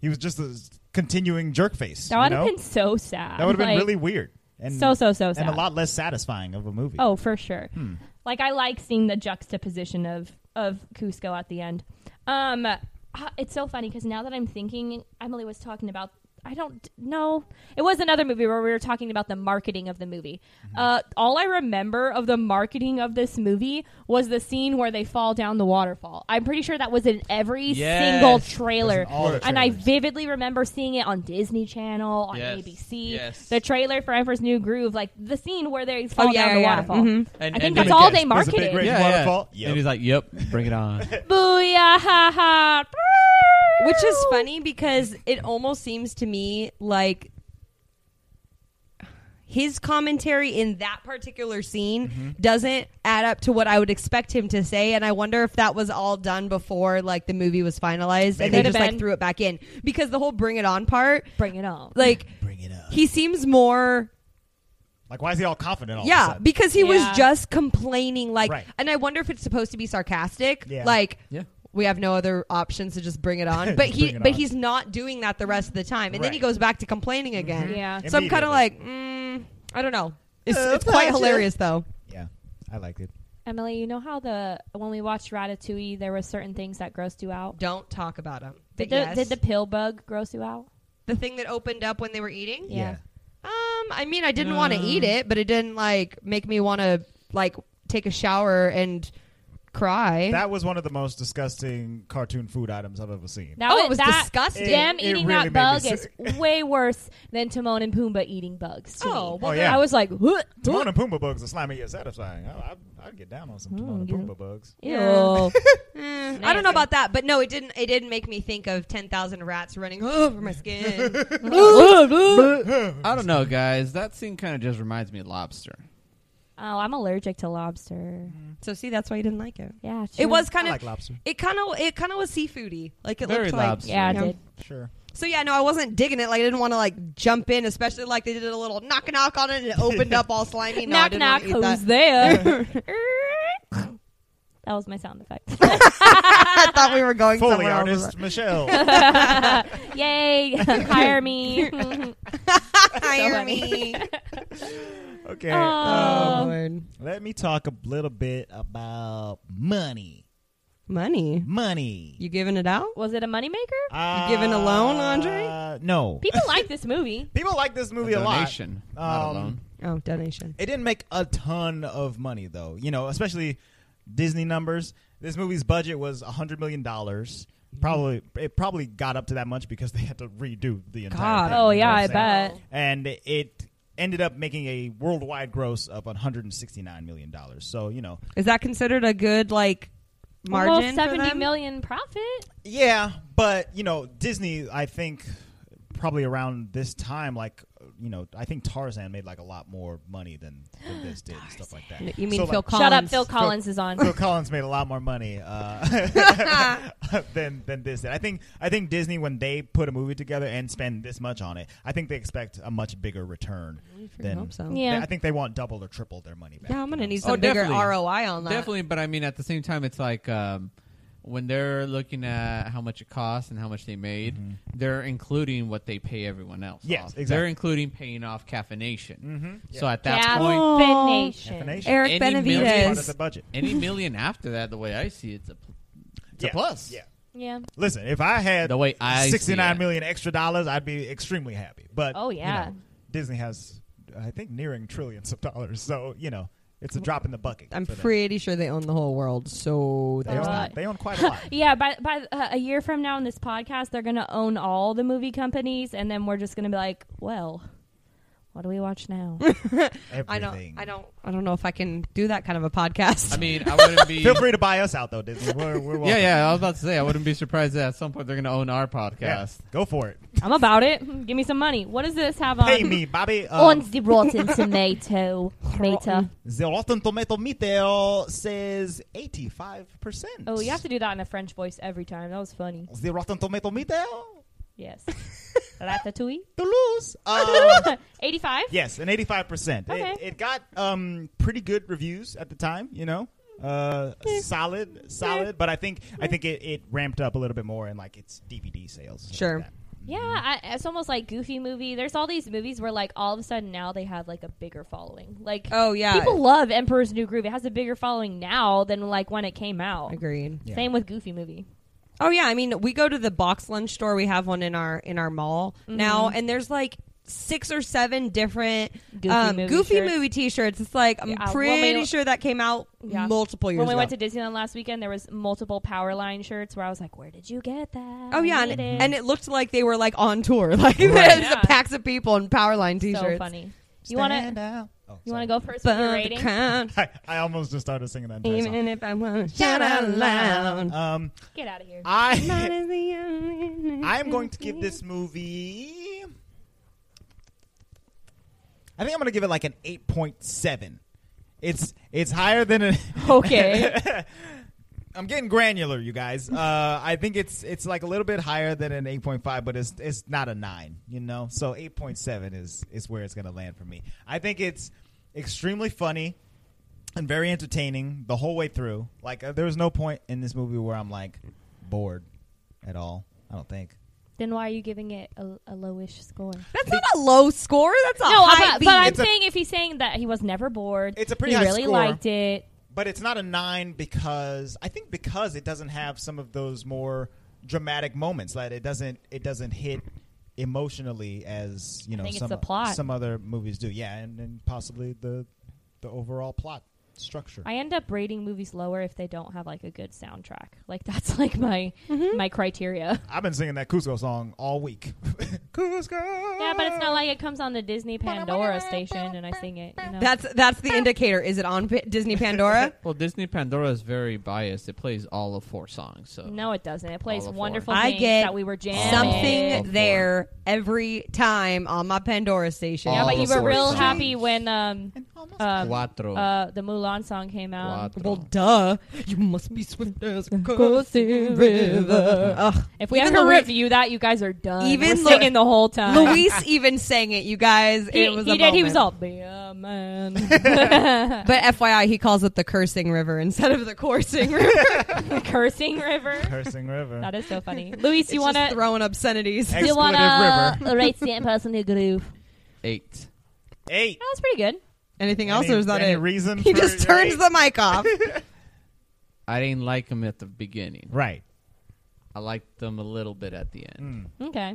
Speaker 4: He was just a s- continuing jerk face.
Speaker 3: That
Speaker 4: you
Speaker 3: would
Speaker 4: know?
Speaker 3: have been so sad.
Speaker 4: that would have been
Speaker 3: Like,
Speaker 4: really weird and
Speaker 3: so so so sad.
Speaker 4: and a lot less satisfying of a movie.
Speaker 3: Oh, for sure.
Speaker 1: Hmm.
Speaker 3: Like I like seeing the juxtaposition of of Cusco at the end. Um, ah, it's so funny because now that I'm thinking, Emily was talking about. I don't know. It was another movie where we were talking about the marketing of the movie.
Speaker 1: Mm-hmm.
Speaker 3: Uh, all I remember of the marketing of this movie was the scene where they fall down the waterfall. I'm pretty sure that was in every
Speaker 1: Yes.
Speaker 3: single
Speaker 1: It was in
Speaker 3: trailer.
Speaker 4: all the
Speaker 3: and I
Speaker 4: trailers.
Speaker 3: vividly remember seeing it on Disney Channel, on
Speaker 1: Yes.
Speaker 3: ABC.
Speaker 1: Yes.
Speaker 3: The trailer for Emperor's New Groove, like the scene where they fall
Speaker 5: Oh, yeah,
Speaker 3: down the
Speaker 5: yeah, yeah.
Speaker 3: waterfall.
Speaker 5: Mhm.
Speaker 1: And-
Speaker 3: I
Speaker 1: and
Speaker 3: think
Speaker 1: then
Speaker 3: that's
Speaker 1: it
Speaker 3: all
Speaker 1: gets-
Speaker 3: they
Speaker 4: there's a big
Speaker 3: marketed.
Speaker 4: red- Waterfall? Yep.
Speaker 1: And he's like, "Yep, bring it on."
Speaker 3: Booyah! Ha ha!
Speaker 5: Which is funny because it almost seems to me like his commentary in that particular scene
Speaker 4: Mm-hmm.
Speaker 5: doesn't add up to what I would expect him to say, and I wonder if that was all done before like the movie was finalized and they
Speaker 3: Could've
Speaker 5: just
Speaker 3: been.
Speaker 5: like threw it back in because the whole "bring it on" part,
Speaker 3: Bring it on!
Speaker 5: like
Speaker 4: Bring it up.
Speaker 5: he seems more
Speaker 4: like, why is he all confident? All
Speaker 5: yeah
Speaker 4: of a sudden?
Speaker 5: because he was
Speaker 3: Yeah.
Speaker 5: just complaining like
Speaker 4: Right.
Speaker 5: and i wonder if it's supposed to be sarcastic
Speaker 4: Yeah.
Speaker 5: like
Speaker 1: Yeah.
Speaker 5: we have no other options to just bring it on but
Speaker 4: Just
Speaker 5: he
Speaker 4: bring it
Speaker 5: but
Speaker 4: on.
Speaker 5: he's not doing that the rest of the time and then he
Speaker 4: Right. Mm-hmm.
Speaker 5: goes back to complaining again
Speaker 3: Yeah.
Speaker 5: so i'm kind of
Speaker 4: Immediately.
Speaker 5: like mm, i don't know it's,
Speaker 4: Uh,
Speaker 5: it's quite
Speaker 4: gotcha.
Speaker 5: hilarious though
Speaker 4: yeah, I liked it.
Speaker 3: Emily, you know how the when we watched Ratatouille, there were certain things that grossed you out.
Speaker 5: don't talk about him but
Speaker 3: Did the,
Speaker 5: yes.
Speaker 3: did the pill bug gross you out?
Speaker 5: the thing that opened up when they were eating
Speaker 3: Yeah. Uh.
Speaker 5: um i mean i didn't want to eat it but it didn't like make me want to like take a shower and cry
Speaker 4: That was one of the most disgusting cartoon food items I've ever seen.
Speaker 3: That
Speaker 5: Oh, it was
Speaker 3: that,
Speaker 5: disgusting.
Speaker 3: Them
Speaker 4: It- it
Speaker 3: eating
Speaker 4: really
Speaker 3: that
Speaker 4: made me
Speaker 3: bug is
Speaker 4: sick.
Speaker 3: way worse than Timon and Pumbaa eating bugs. to
Speaker 5: Oh,
Speaker 3: me.
Speaker 4: well, Oh, yeah.
Speaker 3: I was like, "Huh,
Speaker 4: Timon and Pumbaa bugs are slimy yet satisfying. I, I, I'd get down on
Speaker 5: Mm,
Speaker 4: some Timon and
Speaker 3: yeah.
Speaker 4: Pumbaa bugs.
Speaker 3: ew. Oh,
Speaker 5: Yeah. Mm, I don't know
Speaker 3: Nasty.
Speaker 5: about that, but no, it didn't. It didn't make me think of ten thousand rats running over my skin.
Speaker 6: I don't know, guys. That scene kind of just reminds me of Lobster.
Speaker 3: Oh, I'm allergic to lobster.
Speaker 5: so see, that's why you didn't like it.
Speaker 3: Yeah, true.
Speaker 5: It was kind
Speaker 4: I
Speaker 5: of.
Speaker 4: like lobster.
Speaker 5: it kind of. It kind of was seafoody. Like it
Speaker 6: Very
Speaker 5: looked like.
Speaker 6: lobster.
Speaker 3: Yeah, it
Speaker 5: Yeah.
Speaker 3: did.
Speaker 4: Sure.
Speaker 5: So yeah, no, I wasn't digging it. Like I didn't want to like jump in, especially like they did a little knock and knock on it and it opened up all slimy. No, I
Speaker 3: knock
Speaker 5: didn't
Speaker 3: knock,
Speaker 5: wanna eat
Speaker 3: who's
Speaker 5: that.
Speaker 3: there? that was my sound effect.
Speaker 5: I thought we were going
Speaker 4: Foley
Speaker 5: somewhere else.
Speaker 4: artist Michelle.
Speaker 3: Yay! Hire me.
Speaker 5: Hire
Speaker 3: funny.
Speaker 5: me. Um,
Speaker 4: okay.
Speaker 3: Oh.
Speaker 5: Lord.
Speaker 4: Let me talk a little bit about money.
Speaker 5: Money.
Speaker 4: Money.
Speaker 5: You giving it out?
Speaker 3: was it a moneymaker?
Speaker 4: Uh,
Speaker 5: giving a loan, Andre?
Speaker 4: No.
Speaker 3: People like this movie.
Speaker 4: People like this movie a, lot.
Speaker 6: donation, not
Speaker 4: Um,
Speaker 6: alone.
Speaker 5: Oh, donation.
Speaker 4: It didn't make a ton of money though. You know, especially Disney numbers. This movie's budget was hundred million dollars. Probably, it probably got up to that much because they had to redo the entire.
Speaker 5: God.
Speaker 4: thing,
Speaker 3: Oh
Speaker 4: you know
Speaker 3: yeah,
Speaker 4: what
Speaker 3: I
Speaker 4: I'm saying?
Speaker 3: bet.
Speaker 4: and it ended up making a worldwide gross of 169 million dollars. So you know,
Speaker 5: Is that considered a good like margin?
Speaker 3: Almost
Speaker 5: for
Speaker 3: seventy
Speaker 5: them?
Speaker 3: million profit.
Speaker 4: yeah, but you know, Disney, I think probably around this time, like you know, I think Tarzan made like a lot more money than, than this did and stuff like that.
Speaker 5: You mean
Speaker 4: So,
Speaker 5: Phil
Speaker 4: like,
Speaker 5: Collins?
Speaker 3: Shut up, Phil Collins is on.
Speaker 4: Phil Collins made a lot more money uh, than than this did. I think I think Disney when they put a movie together and spend this much on it, I think they expect a much bigger return. Than,
Speaker 5: hope so.
Speaker 3: Yeah.
Speaker 4: I think they want double or triple their money back.
Speaker 5: Yeah, I'm gonna need
Speaker 6: Oh,
Speaker 5: some bigger
Speaker 6: definitely.
Speaker 5: ROI on that.
Speaker 1: Definitely, but I mean, at the same time, it's like um, when they're looking at how much it costs and how much they made, they're including what they pay everyone else.
Speaker 4: Mm-hmm. Yes,
Speaker 1: off. They're
Speaker 4: exactly.
Speaker 1: including paying off caffeination.
Speaker 4: Mm-hmm.
Speaker 1: So at that point,
Speaker 3: Caffeination.
Speaker 4: Caffeination.
Speaker 5: Eric
Speaker 1: Any
Speaker 4: part of
Speaker 5: Benavides.
Speaker 4: the budget.
Speaker 1: any million after that, the way I see it, it's a, pl- it's a plus.
Speaker 4: Yeah.
Speaker 3: Yeah.
Speaker 4: Listen, if I had
Speaker 1: The way I see
Speaker 4: sixty-nine
Speaker 1: it.
Speaker 4: million extra dollars, I'd be extremely happy. But
Speaker 3: Oh,
Speaker 4: you
Speaker 3: yeah.
Speaker 4: know, Disney has, I think, nearing trillions of dollars. So you know, it's a drop in the bucket.
Speaker 5: I'm
Speaker 4: for them.
Speaker 5: pretty sure they own the whole world, so
Speaker 4: They
Speaker 5: there's
Speaker 4: own,
Speaker 5: that.
Speaker 3: Alright.
Speaker 4: they own quite a lot.
Speaker 3: Yeah, by, by uh, a year from now in this podcast, they're going to own all the movie companies, and then we're just going to be like, well, What do we watch now?
Speaker 4: Everything.
Speaker 5: I don't. I don't. I don't know if I can do that kind of a podcast.
Speaker 1: I mean, I wouldn't be.
Speaker 4: Feel free to buy us out though, Disney. We're, we're welcome.
Speaker 1: yeah, yeah. I was about to say I wouldn't be surprised that at some point they're going to own our podcast.
Speaker 4: Yeah. Go for it.
Speaker 3: I'm about it. Give me some money. What does this have on?
Speaker 4: Pay me, Bobby. Uh,
Speaker 3: Um, On the Rotten Tomato. Tomato.
Speaker 4: The Rotten Tomato meter says 85%.
Speaker 3: Oh, you have to do that in a French voice every time. That was funny.
Speaker 4: The Rotten Tomato meter,
Speaker 3: Yes. Ratatouille.
Speaker 4: Toulouse. Uh,
Speaker 3: 85?
Speaker 4: yes, an 85%.
Speaker 3: Okay.
Speaker 4: It, it got um, pretty good reviews at the time, you know? Uh, solid, solid, but I think I think it, it ramped up a little bit more in like its DVD sales. stuff like
Speaker 5: Sure.
Speaker 4: that.
Speaker 3: Yeah, I, it's almost like Goofy movie. There's all these movies where like all of a sudden now they have like a bigger following. Like
Speaker 5: oh yeah.
Speaker 3: people love Emperor's New Groove. It has a bigger following now than like when it came out.
Speaker 5: Agreed.
Speaker 4: Yeah.
Speaker 3: Same with Goofy movie.
Speaker 5: Oh yeah, I mean we go to the box lunch store. We have one in our in our mall now, and there's like six or seven different
Speaker 3: Goofy
Speaker 5: um,
Speaker 3: movie
Speaker 5: goofy
Speaker 3: shirts.
Speaker 5: movie T-shirts. It's like I'm
Speaker 3: Yeah, when
Speaker 5: pretty
Speaker 3: we-
Speaker 5: sure that came out
Speaker 3: Yeah.
Speaker 5: multiple years.
Speaker 3: When we went to
Speaker 5: ago.
Speaker 3: Disneyland last weekend, there was multiple Power Line shirts where I was like, "Where did you get that?"
Speaker 5: Oh yeah,
Speaker 3: I
Speaker 5: and,
Speaker 3: need it."
Speaker 5: and it looked like they were like on tour, like there's
Speaker 3: Yeah.
Speaker 5: the packs of people in Powerline T-shirts.
Speaker 3: so funny. You want
Speaker 4: Stand
Speaker 3: to
Speaker 4: out. Oh,
Speaker 3: you want to
Speaker 4: sorry.
Speaker 3: go first with
Speaker 5: But
Speaker 3: your
Speaker 5: the
Speaker 3: rating?
Speaker 5: crown,
Speaker 4: I, I almost just started singing that entire song.
Speaker 5: even if I want to shout out loud,
Speaker 4: Um,
Speaker 3: Get out of here.
Speaker 5: that
Speaker 4: I
Speaker 5: is the only.
Speaker 4: I am going to give this movie. I think I'm going to give it like an eight point seven. It's it's higher than an.
Speaker 3: Okay.
Speaker 4: I'm getting granular, you guys. Uh, I think it's it's like a little bit higher than an 8.5, but it's it's not a nine, you know. So 8.7 is is where it's going to land for me. I think it's extremely funny and very entertaining the whole way through. Like uh, there was no point in this movie where I'm like bored at all. I don't think.
Speaker 3: Then why are you giving it a, a lowish score?
Speaker 5: That's not a low score. That's a
Speaker 3: No,
Speaker 5: high
Speaker 3: but,
Speaker 5: beat.
Speaker 3: but I'm
Speaker 4: It's a-
Speaker 3: saying if he's saying that he was never bored,
Speaker 4: It's a pretty
Speaker 3: he
Speaker 4: high
Speaker 3: really
Speaker 4: score.
Speaker 3: liked it.
Speaker 4: But it's not a nine because I think because it doesn't have some of those more dramatic moments. Like it doesn't it doesn't hit emotionally as you know
Speaker 3: think it's
Speaker 4: some
Speaker 3: the plot.
Speaker 4: some other movies do. Yeah, and, and possibly the the overall plot structure.
Speaker 3: I end up rating movies lower if they don't have like a good soundtrack. Like that's like my my criteria.
Speaker 4: I've been singing that Cusco song all week. Cusco.
Speaker 3: Yeah, but it's not like it comes on the Disney Pandora station and I sing it. You know?
Speaker 5: That's that's the indicator. Is it on P- Disney Pandora?
Speaker 6: Well, Disney Pandora is very biased. It plays all of four songs. So
Speaker 3: no, it doesn't. It plays
Speaker 6: All the four.
Speaker 3: wonderful
Speaker 5: I
Speaker 3: things
Speaker 5: get
Speaker 3: that we were jamming.
Speaker 5: Something
Speaker 6: Oh,
Speaker 5: there every time on my Pandora station.
Speaker 3: Yeah,
Speaker 6: All
Speaker 3: but
Speaker 6: the
Speaker 3: you were
Speaker 6: four
Speaker 3: real
Speaker 6: songs.
Speaker 3: happy when um um
Speaker 6: Cuatro.
Speaker 3: uh the Mulan song came out.
Speaker 6: Cuatro.
Speaker 5: well, duh. You must be swift as a coursing river. Ugh.
Speaker 3: If we have
Speaker 5: Even
Speaker 3: to
Speaker 5: Lu-
Speaker 3: review that, you guys are done.
Speaker 5: Even
Speaker 3: We're
Speaker 5: Lu-
Speaker 3: singing the whole time.
Speaker 5: Luis even sang it, you guys.
Speaker 3: Uh, he,
Speaker 5: it was
Speaker 3: he
Speaker 5: a
Speaker 3: did. He was
Speaker 5: moment.
Speaker 3: all be a man,
Speaker 5: But FYI, he calls it the cursing river instead of the coursing river.
Speaker 3: cursing river.
Speaker 4: Cursing River.
Speaker 3: That is so funny. Luis,
Speaker 5: It's
Speaker 3: you
Speaker 5: just
Speaker 3: want to
Speaker 5: throwing obscenities?
Speaker 4: Expletive River.
Speaker 3: rate the impersonal groove?
Speaker 6: eight.
Speaker 4: Eight.
Speaker 3: That was pretty good.
Speaker 5: Anything
Speaker 4: Any,
Speaker 5: else, or is that
Speaker 4: any
Speaker 5: it?
Speaker 4: reason?
Speaker 5: he
Speaker 4: for
Speaker 5: just
Speaker 4: your
Speaker 5: turns
Speaker 4: eight?
Speaker 5: the mic off.
Speaker 6: I didn't like them at the beginning.
Speaker 4: right.
Speaker 6: I liked them a little bit at the end.
Speaker 4: Mm.
Speaker 3: Okay.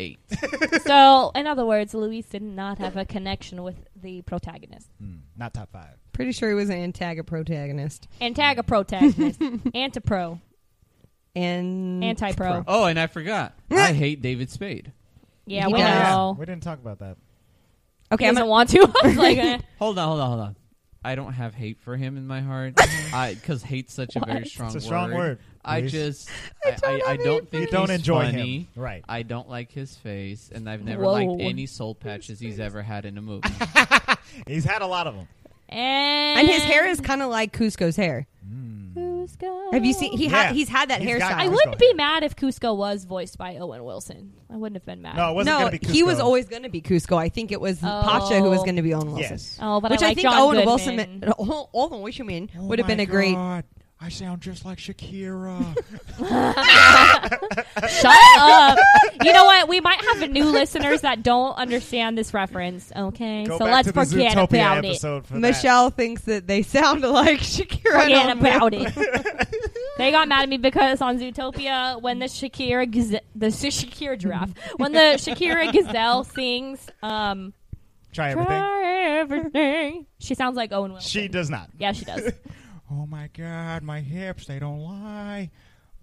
Speaker 6: Eight.
Speaker 3: So, in other words, Luis did not have a connection with the protagonist.
Speaker 4: Mm. Not top five.
Speaker 5: Pretty sure he was an antagonist protagonist.
Speaker 3: Antag a protagonist. Antipro.
Speaker 5: And
Speaker 3: Anti-pro.
Speaker 6: Oh, and I forgot. I hate David Spade.
Speaker 3: Yeah,
Speaker 5: He
Speaker 3: we
Speaker 5: does.
Speaker 4: Yeah,
Speaker 3: know.
Speaker 4: we didn't talk about that.
Speaker 3: He
Speaker 5: okay, I'm
Speaker 3: doesn't
Speaker 5: gonna-
Speaker 3: want to. I was like, eh.
Speaker 6: Hold on, hold on, hold on. I don't have hate for him in my heart. I because hate's such a very strong.
Speaker 4: It's a strong word.
Speaker 6: I
Speaker 4: Luis.
Speaker 6: just
Speaker 5: I
Speaker 6: I
Speaker 5: don't
Speaker 6: don't, I, I,
Speaker 5: have hate
Speaker 6: don't think
Speaker 4: You don't
Speaker 6: he's
Speaker 4: enjoy
Speaker 6: funny.
Speaker 4: him. Right.
Speaker 6: I don't like his face, and I've never
Speaker 3: Whoa.
Speaker 6: liked any soul patches he's ever had in a movie.
Speaker 4: He's had a lot of them.
Speaker 3: and,
Speaker 5: and his hair is kind of like Cusco's hair.
Speaker 3: Cusco.
Speaker 5: Have you seen? He
Speaker 4: Yeah.
Speaker 5: had he's had that
Speaker 4: He's got-
Speaker 5: hairstyle.
Speaker 3: I
Speaker 4: Cusco
Speaker 3: wouldn't be
Speaker 4: hair.
Speaker 3: mad if Cusco was voiced by Owen Wilson. I wouldn't have been mad.
Speaker 4: No, it wasn't
Speaker 5: no,
Speaker 4: going to be
Speaker 5: he was
Speaker 4: Cusco.
Speaker 5: always going to be Cusco. I think it was Pacha who was going to be Owen Wilson.
Speaker 4: Yes.
Speaker 3: Oh, but
Speaker 5: Which
Speaker 3: I,
Speaker 5: I,
Speaker 3: like
Speaker 5: think
Speaker 3: John
Speaker 5: Owen
Speaker 3: Goodman.
Speaker 5: Wilson, Owen, Owen Wilson
Speaker 4: Oh
Speaker 5: would have Oh been a great.
Speaker 4: I sound just like Shakira.
Speaker 3: Shut up. You know what? We might have new listeners that don't understand this reference. Okay.
Speaker 4: Go
Speaker 3: so
Speaker 4: back
Speaker 3: let's
Speaker 4: to the
Speaker 3: forget
Speaker 4: Zootopia
Speaker 3: about it.
Speaker 4: episode for
Speaker 5: Michelle thinks that they sound like Shakira. and
Speaker 3: Forget
Speaker 5: Owen
Speaker 3: about
Speaker 5: Wilson.
Speaker 3: it. they got mad at me because on Zootopia, when the Shakira gaze- the Shakira giraffe, when the Shakira gazelle sings um,
Speaker 4: that. Try everything.
Speaker 3: "Try everything," she sounds like Owen Wilson.
Speaker 4: She does not.
Speaker 3: yeah, she does.
Speaker 4: Oh my God, my hips, they don't lie.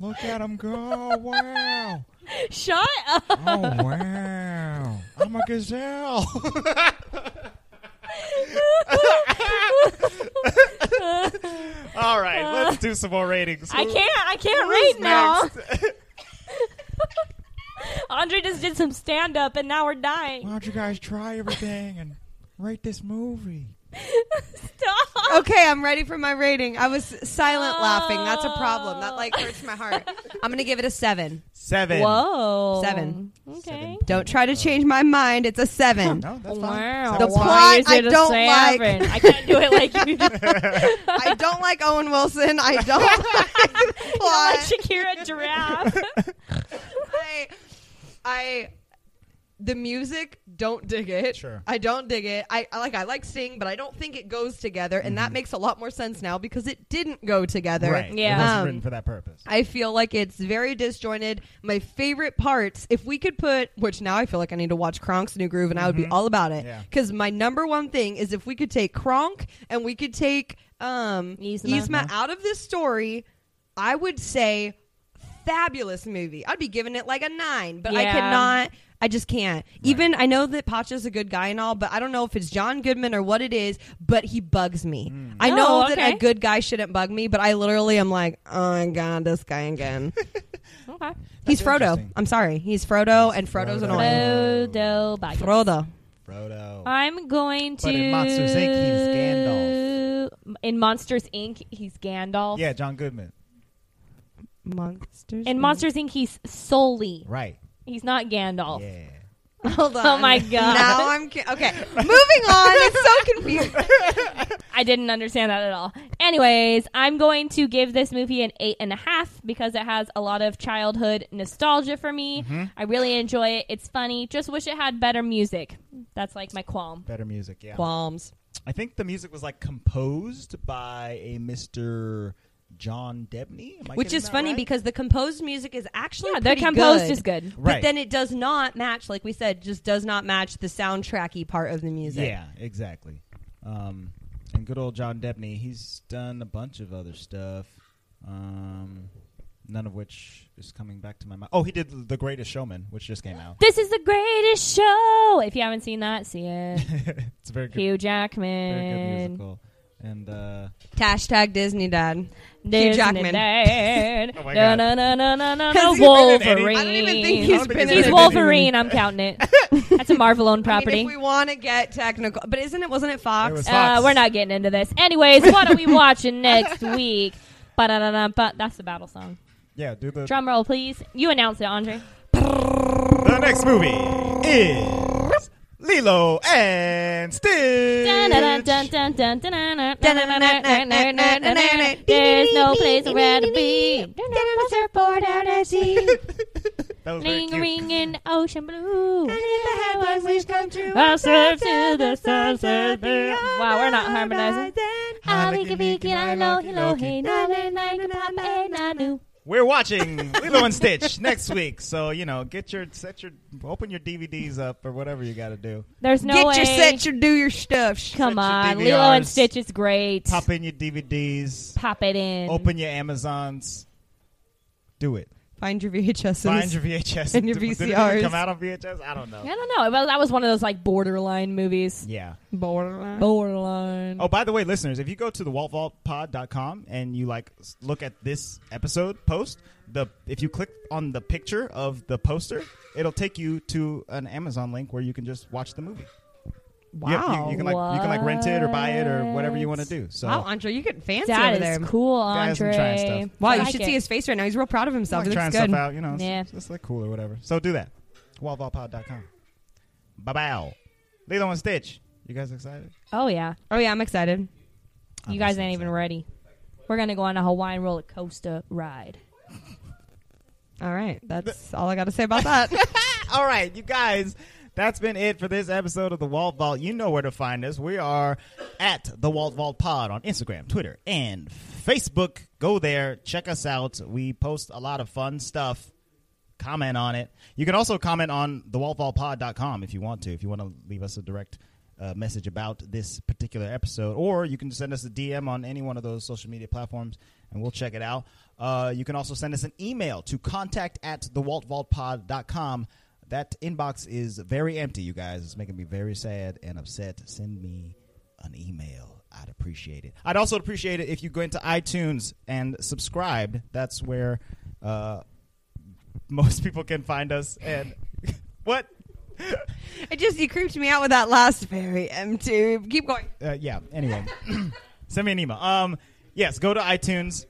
Speaker 4: Look at them go. Wow.
Speaker 3: Shut up.
Speaker 4: Oh, wow. I'm a gazelle. All right, let's do some more ratings.
Speaker 3: I
Speaker 4: Who-
Speaker 3: can't. I can't
Speaker 4: who's
Speaker 3: read now.
Speaker 4: next?
Speaker 3: Andre just did some stand up, and now we're dying.
Speaker 4: Why don't you guys try everything and rate this movie?
Speaker 3: Stop.
Speaker 5: Okay, I'm ready for my rating. I was silent laughing. That's a problem. That like hurts my heart. I'm gonna give it a seven.
Speaker 4: Seven.
Speaker 3: Whoa.
Speaker 5: Seven.
Speaker 3: Okay.
Speaker 4: Seven.
Speaker 5: Don't try to change my mind. It's a seven.
Speaker 4: Oh. No, that's fine.
Speaker 3: Wow.
Speaker 4: Seven's
Speaker 5: The
Speaker 4: fine.
Speaker 5: plot-
Speaker 3: Why is
Speaker 5: I
Speaker 3: it a
Speaker 5: don't
Speaker 3: seven?
Speaker 5: like.
Speaker 3: I can't do it like you. do.
Speaker 5: I don't like Owen Wilson. I don't like the
Speaker 3: like
Speaker 5: plot.
Speaker 3: Shakira Giraffe.
Speaker 5: I, I, the music don't dig it.
Speaker 4: Sure.
Speaker 5: I don't dig it. I, I like I like Sting, but I don't think it goes together, and that makes a lot more sense now because it didn't go together.
Speaker 4: Mm-hmm. Right.
Speaker 3: Yeah.
Speaker 4: It wasn't
Speaker 5: Um,
Speaker 4: written for that purpose.
Speaker 5: I feel like it's very disjointed. My favorite parts, if we could put, which now I feel like I need to watch Kronk's New Groove and I would be all about it.
Speaker 4: Yeah.
Speaker 5: Because my number one thing is if we could take Kronk and we could take um,
Speaker 3: Yzma.
Speaker 5: Yzma out of this story, I would say fabulous movie. I'd be giving it like a nine, but I
Speaker 3: Yeah.
Speaker 5: cannot. I just can't. Even I know that Pacha's a good guy and all, but I don't know if it's John Goodman or what it is, but he bugs me. I know
Speaker 3: Oh,
Speaker 5: that a
Speaker 3: okay.
Speaker 5: good guy shouldn't bug me, but I literally am like, oh my god, this guy again.
Speaker 3: okay.
Speaker 5: He's Frodo.
Speaker 4: interesting.
Speaker 5: I'm sorry, he's Frodo, and Frodo's
Speaker 4: Frodo.
Speaker 5: annoying.
Speaker 3: Frodo Baggins.
Speaker 5: Frodo.
Speaker 4: Frodo.
Speaker 3: I'm going to.
Speaker 4: But in Monsters, Inc., he's Gandalf.
Speaker 3: In Monsters Inc., he's Gandalf.
Speaker 4: yeah, John Goodman.
Speaker 5: Monsters.
Speaker 3: In Monsters Inc., he's Sully.
Speaker 4: Right.
Speaker 3: He's not Gandalf.
Speaker 4: Yeah.
Speaker 5: Hold on.
Speaker 3: Oh my god!
Speaker 5: Now I'm ki- okay. Moving on. It's so confusing.
Speaker 3: I didn't understand that at all. Anyways, I'm going to give this movie an eight and a half because it has a lot of childhood nostalgia for me.
Speaker 4: Mm-hmm.
Speaker 3: I really enjoy it. It's funny. Just wish it had better music. That's like my qualm.
Speaker 4: Better music. Yeah.
Speaker 5: Qualms.
Speaker 4: I think the music was like composed by a Mr. John Debney, Am I
Speaker 5: Which
Speaker 4: getting
Speaker 5: is
Speaker 4: that
Speaker 5: funny
Speaker 4: right?
Speaker 5: because the composed music is actually
Speaker 3: Yeah, the
Speaker 5: pretty
Speaker 3: composed
Speaker 5: good,
Speaker 3: is good.
Speaker 5: But then it does not match, like we said, just does not match the soundtracky part of the music.
Speaker 4: Yeah, exactly. Um, and good old John Debney, he's done a bunch of other stuff, um, none of which is coming back to my mind. Oh, he did The Greatest Showman, which just came out.
Speaker 3: This is the greatest show. If you haven't seen that, see it.
Speaker 4: it's a very good,
Speaker 3: Hugh
Speaker 4: very good
Speaker 3: Jackman.
Speaker 4: musical. And uh,
Speaker 5: Hashtag Disney Dad. Hugh Jackman.
Speaker 3: Dad.
Speaker 4: Oh my
Speaker 3: no,
Speaker 4: God.
Speaker 3: no, no, no, no, no,
Speaker 5: Has he been in
Speaker 4: any-
Speaker 3: Wolverine.
Speaker 5: I don't even
Speaker 4: I
Speaker 5: think
Speaker 4: don't
Speaker 5: he's been in
Speaker 4: think he's
Speaker 3: He's
Speaker 5: it.
Speaker 4: been in any-
Speaker 3: Wolverine. I'm counting it. That's a Marvel owned
Speaker 5: I mean,
Speaker 3: property.
Speaker 5: if we want to get technical, but isn't it? Wasn't it Fox?
Speaker 4: It was
Speaker 3: Uh,
Speaker 4: Fox.
Speaker 3: we're not getting into this. Anyways, what are we watching next week? Ba-da-da-da-ba. That's the battle song.
Speaker 4: Yeah, do the
Speaker 3: Drum roll, please. You announce it, Andre.
Speaker 4: the next movie is Lilo and Stitch.
Speaker 3: There's no place where to be. Surfboard out at sea,
Speaker 4: That was very cute.
Speaker 3: lingering in ocean blue.
Speaker 5: come true.
Speaker 3: I surf to the sunset. Wow, we're not harmonizing.
Speaker 4: We're watching Lilo and Stitch next week, so you know, get your set your open your DVDs up or whatever you got to do.
Speaker 3: There's no
Speaker 5: Get
Speaker 3: way.
Speaker 5: your set, your do your stuff.
Speaker 3: Come
Speaker 4: set your
Speaker 3: on,
Speaker 4: DVRs.
Speaker 3: Lilo and Stitch is great.
Speaker 4: Pop in your DVDs,
Speaker 3: Pop it in.
Speaker 4: open your Amazons, do it.
Speaker 5: Find your VHSs.
Speaker 4: Find your VHS
Speaker 5: And your
Speaker 4: Did it even
Speaker 5: VCRs.
Speaker 4: come out on VHS? I don't know.
Speaker 3: I don't know. Well, that was one of those like borderline movies.
Speaker 4: Yeah.
Speaker 5: Borderline.
Speaker 3: Borderline.
Speaker 4: Oh, by the way, listeners, if you go to the waltvaultpod.com and you like s- look at this episode post, the if you click on the picture of the poster, it'll take you to an Amazon link where you can just watch the movie.
Speaker 5: Wow.
Speaker 4: You, you, you can like you can like rent it or buy it or whatever you want to
Speaker 3: What?
Speaker 4: do. So
Speaker 5: wow, Andre, you getting fancy
Speaker 3: That
Speaker 5: over
Speaker 3: is
Speaker 5: there.
Speaker 3: cool,
Speaker 4: Guys, I'm
Speaker 3: Andre.
Speaker 4: trying stuff.
Speaker 5: Wow,
Speaker 3: I
Speaker 5: you
Speaker 3: like
Speaker 5: should
Speaker 3: it.
Speaker 5: see his face right now. He's real proud of himself.
Speaker 4: like
Speaker 5: It
Speaker 4: trying
Speaker 5: looks
Speaker 4: stuff
Speaker 5: good.
Speaker 4: out, you know.
Speaker 3: Yeah.
Speaker 4: It's, it's like cool or whatever. So do that. Waltvaultpod.com. Bye bye. Lilo and Stitch. You guys excited?
Speaker 3: Oh yeah,
Speaker 5: Oh yeah, I'm excited.
Speaker 3: you guys ain't even ready. We're gonna go on a Hawaiian roller coaster ride.
Speaker 5: All right, that's all I got to say about that.
Speaker 4: All right, you guys. That's been it for this episode of The Walt Vault. You know where to find us. We are at The Walt Vault Pod on Instagram, Twitter, and Facebook. Go there, check us out. We post a lot of fun stuff. Comment on it. You can also comment on thewaltvaultpod.com if you want to, if you want to leave us a direct uh, message about this particular episode, or you can send us a DM on any one of those social media platforms and we'll check it out. Uh, you can also send us an email to contact at thewaltvaultpod.com. That inbox is very empty, you guys. It's making me very sad and upset. Send me an email. I'd appreciate it. I'd also appreciate it if you go into iTunes and subscribe. That's where uh, most people can find us. And what?
Speaker 2: It just you creeped me out with that last very empty. Keep going.
Speaker 4: uh, yeah. Anyway, send me an email. Um, yes, go to iTunes,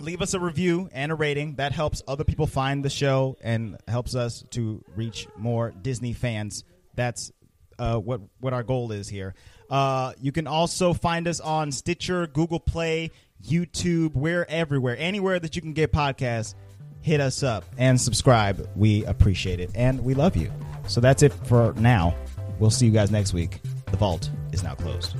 Speaker 4: leave us a review and a rating. That helps other people find the show and helps us to reach more Disney fans. That's uh, what what our goal is here. Uh, you can also find us on Stitcher, Google Play, YouTube. We're everywhere, anywhere that you can get podcasts. Hit us up and subscribe. We appreciate it and we love you. So that's it for now. We'll see you guys next week. The vault is now closed.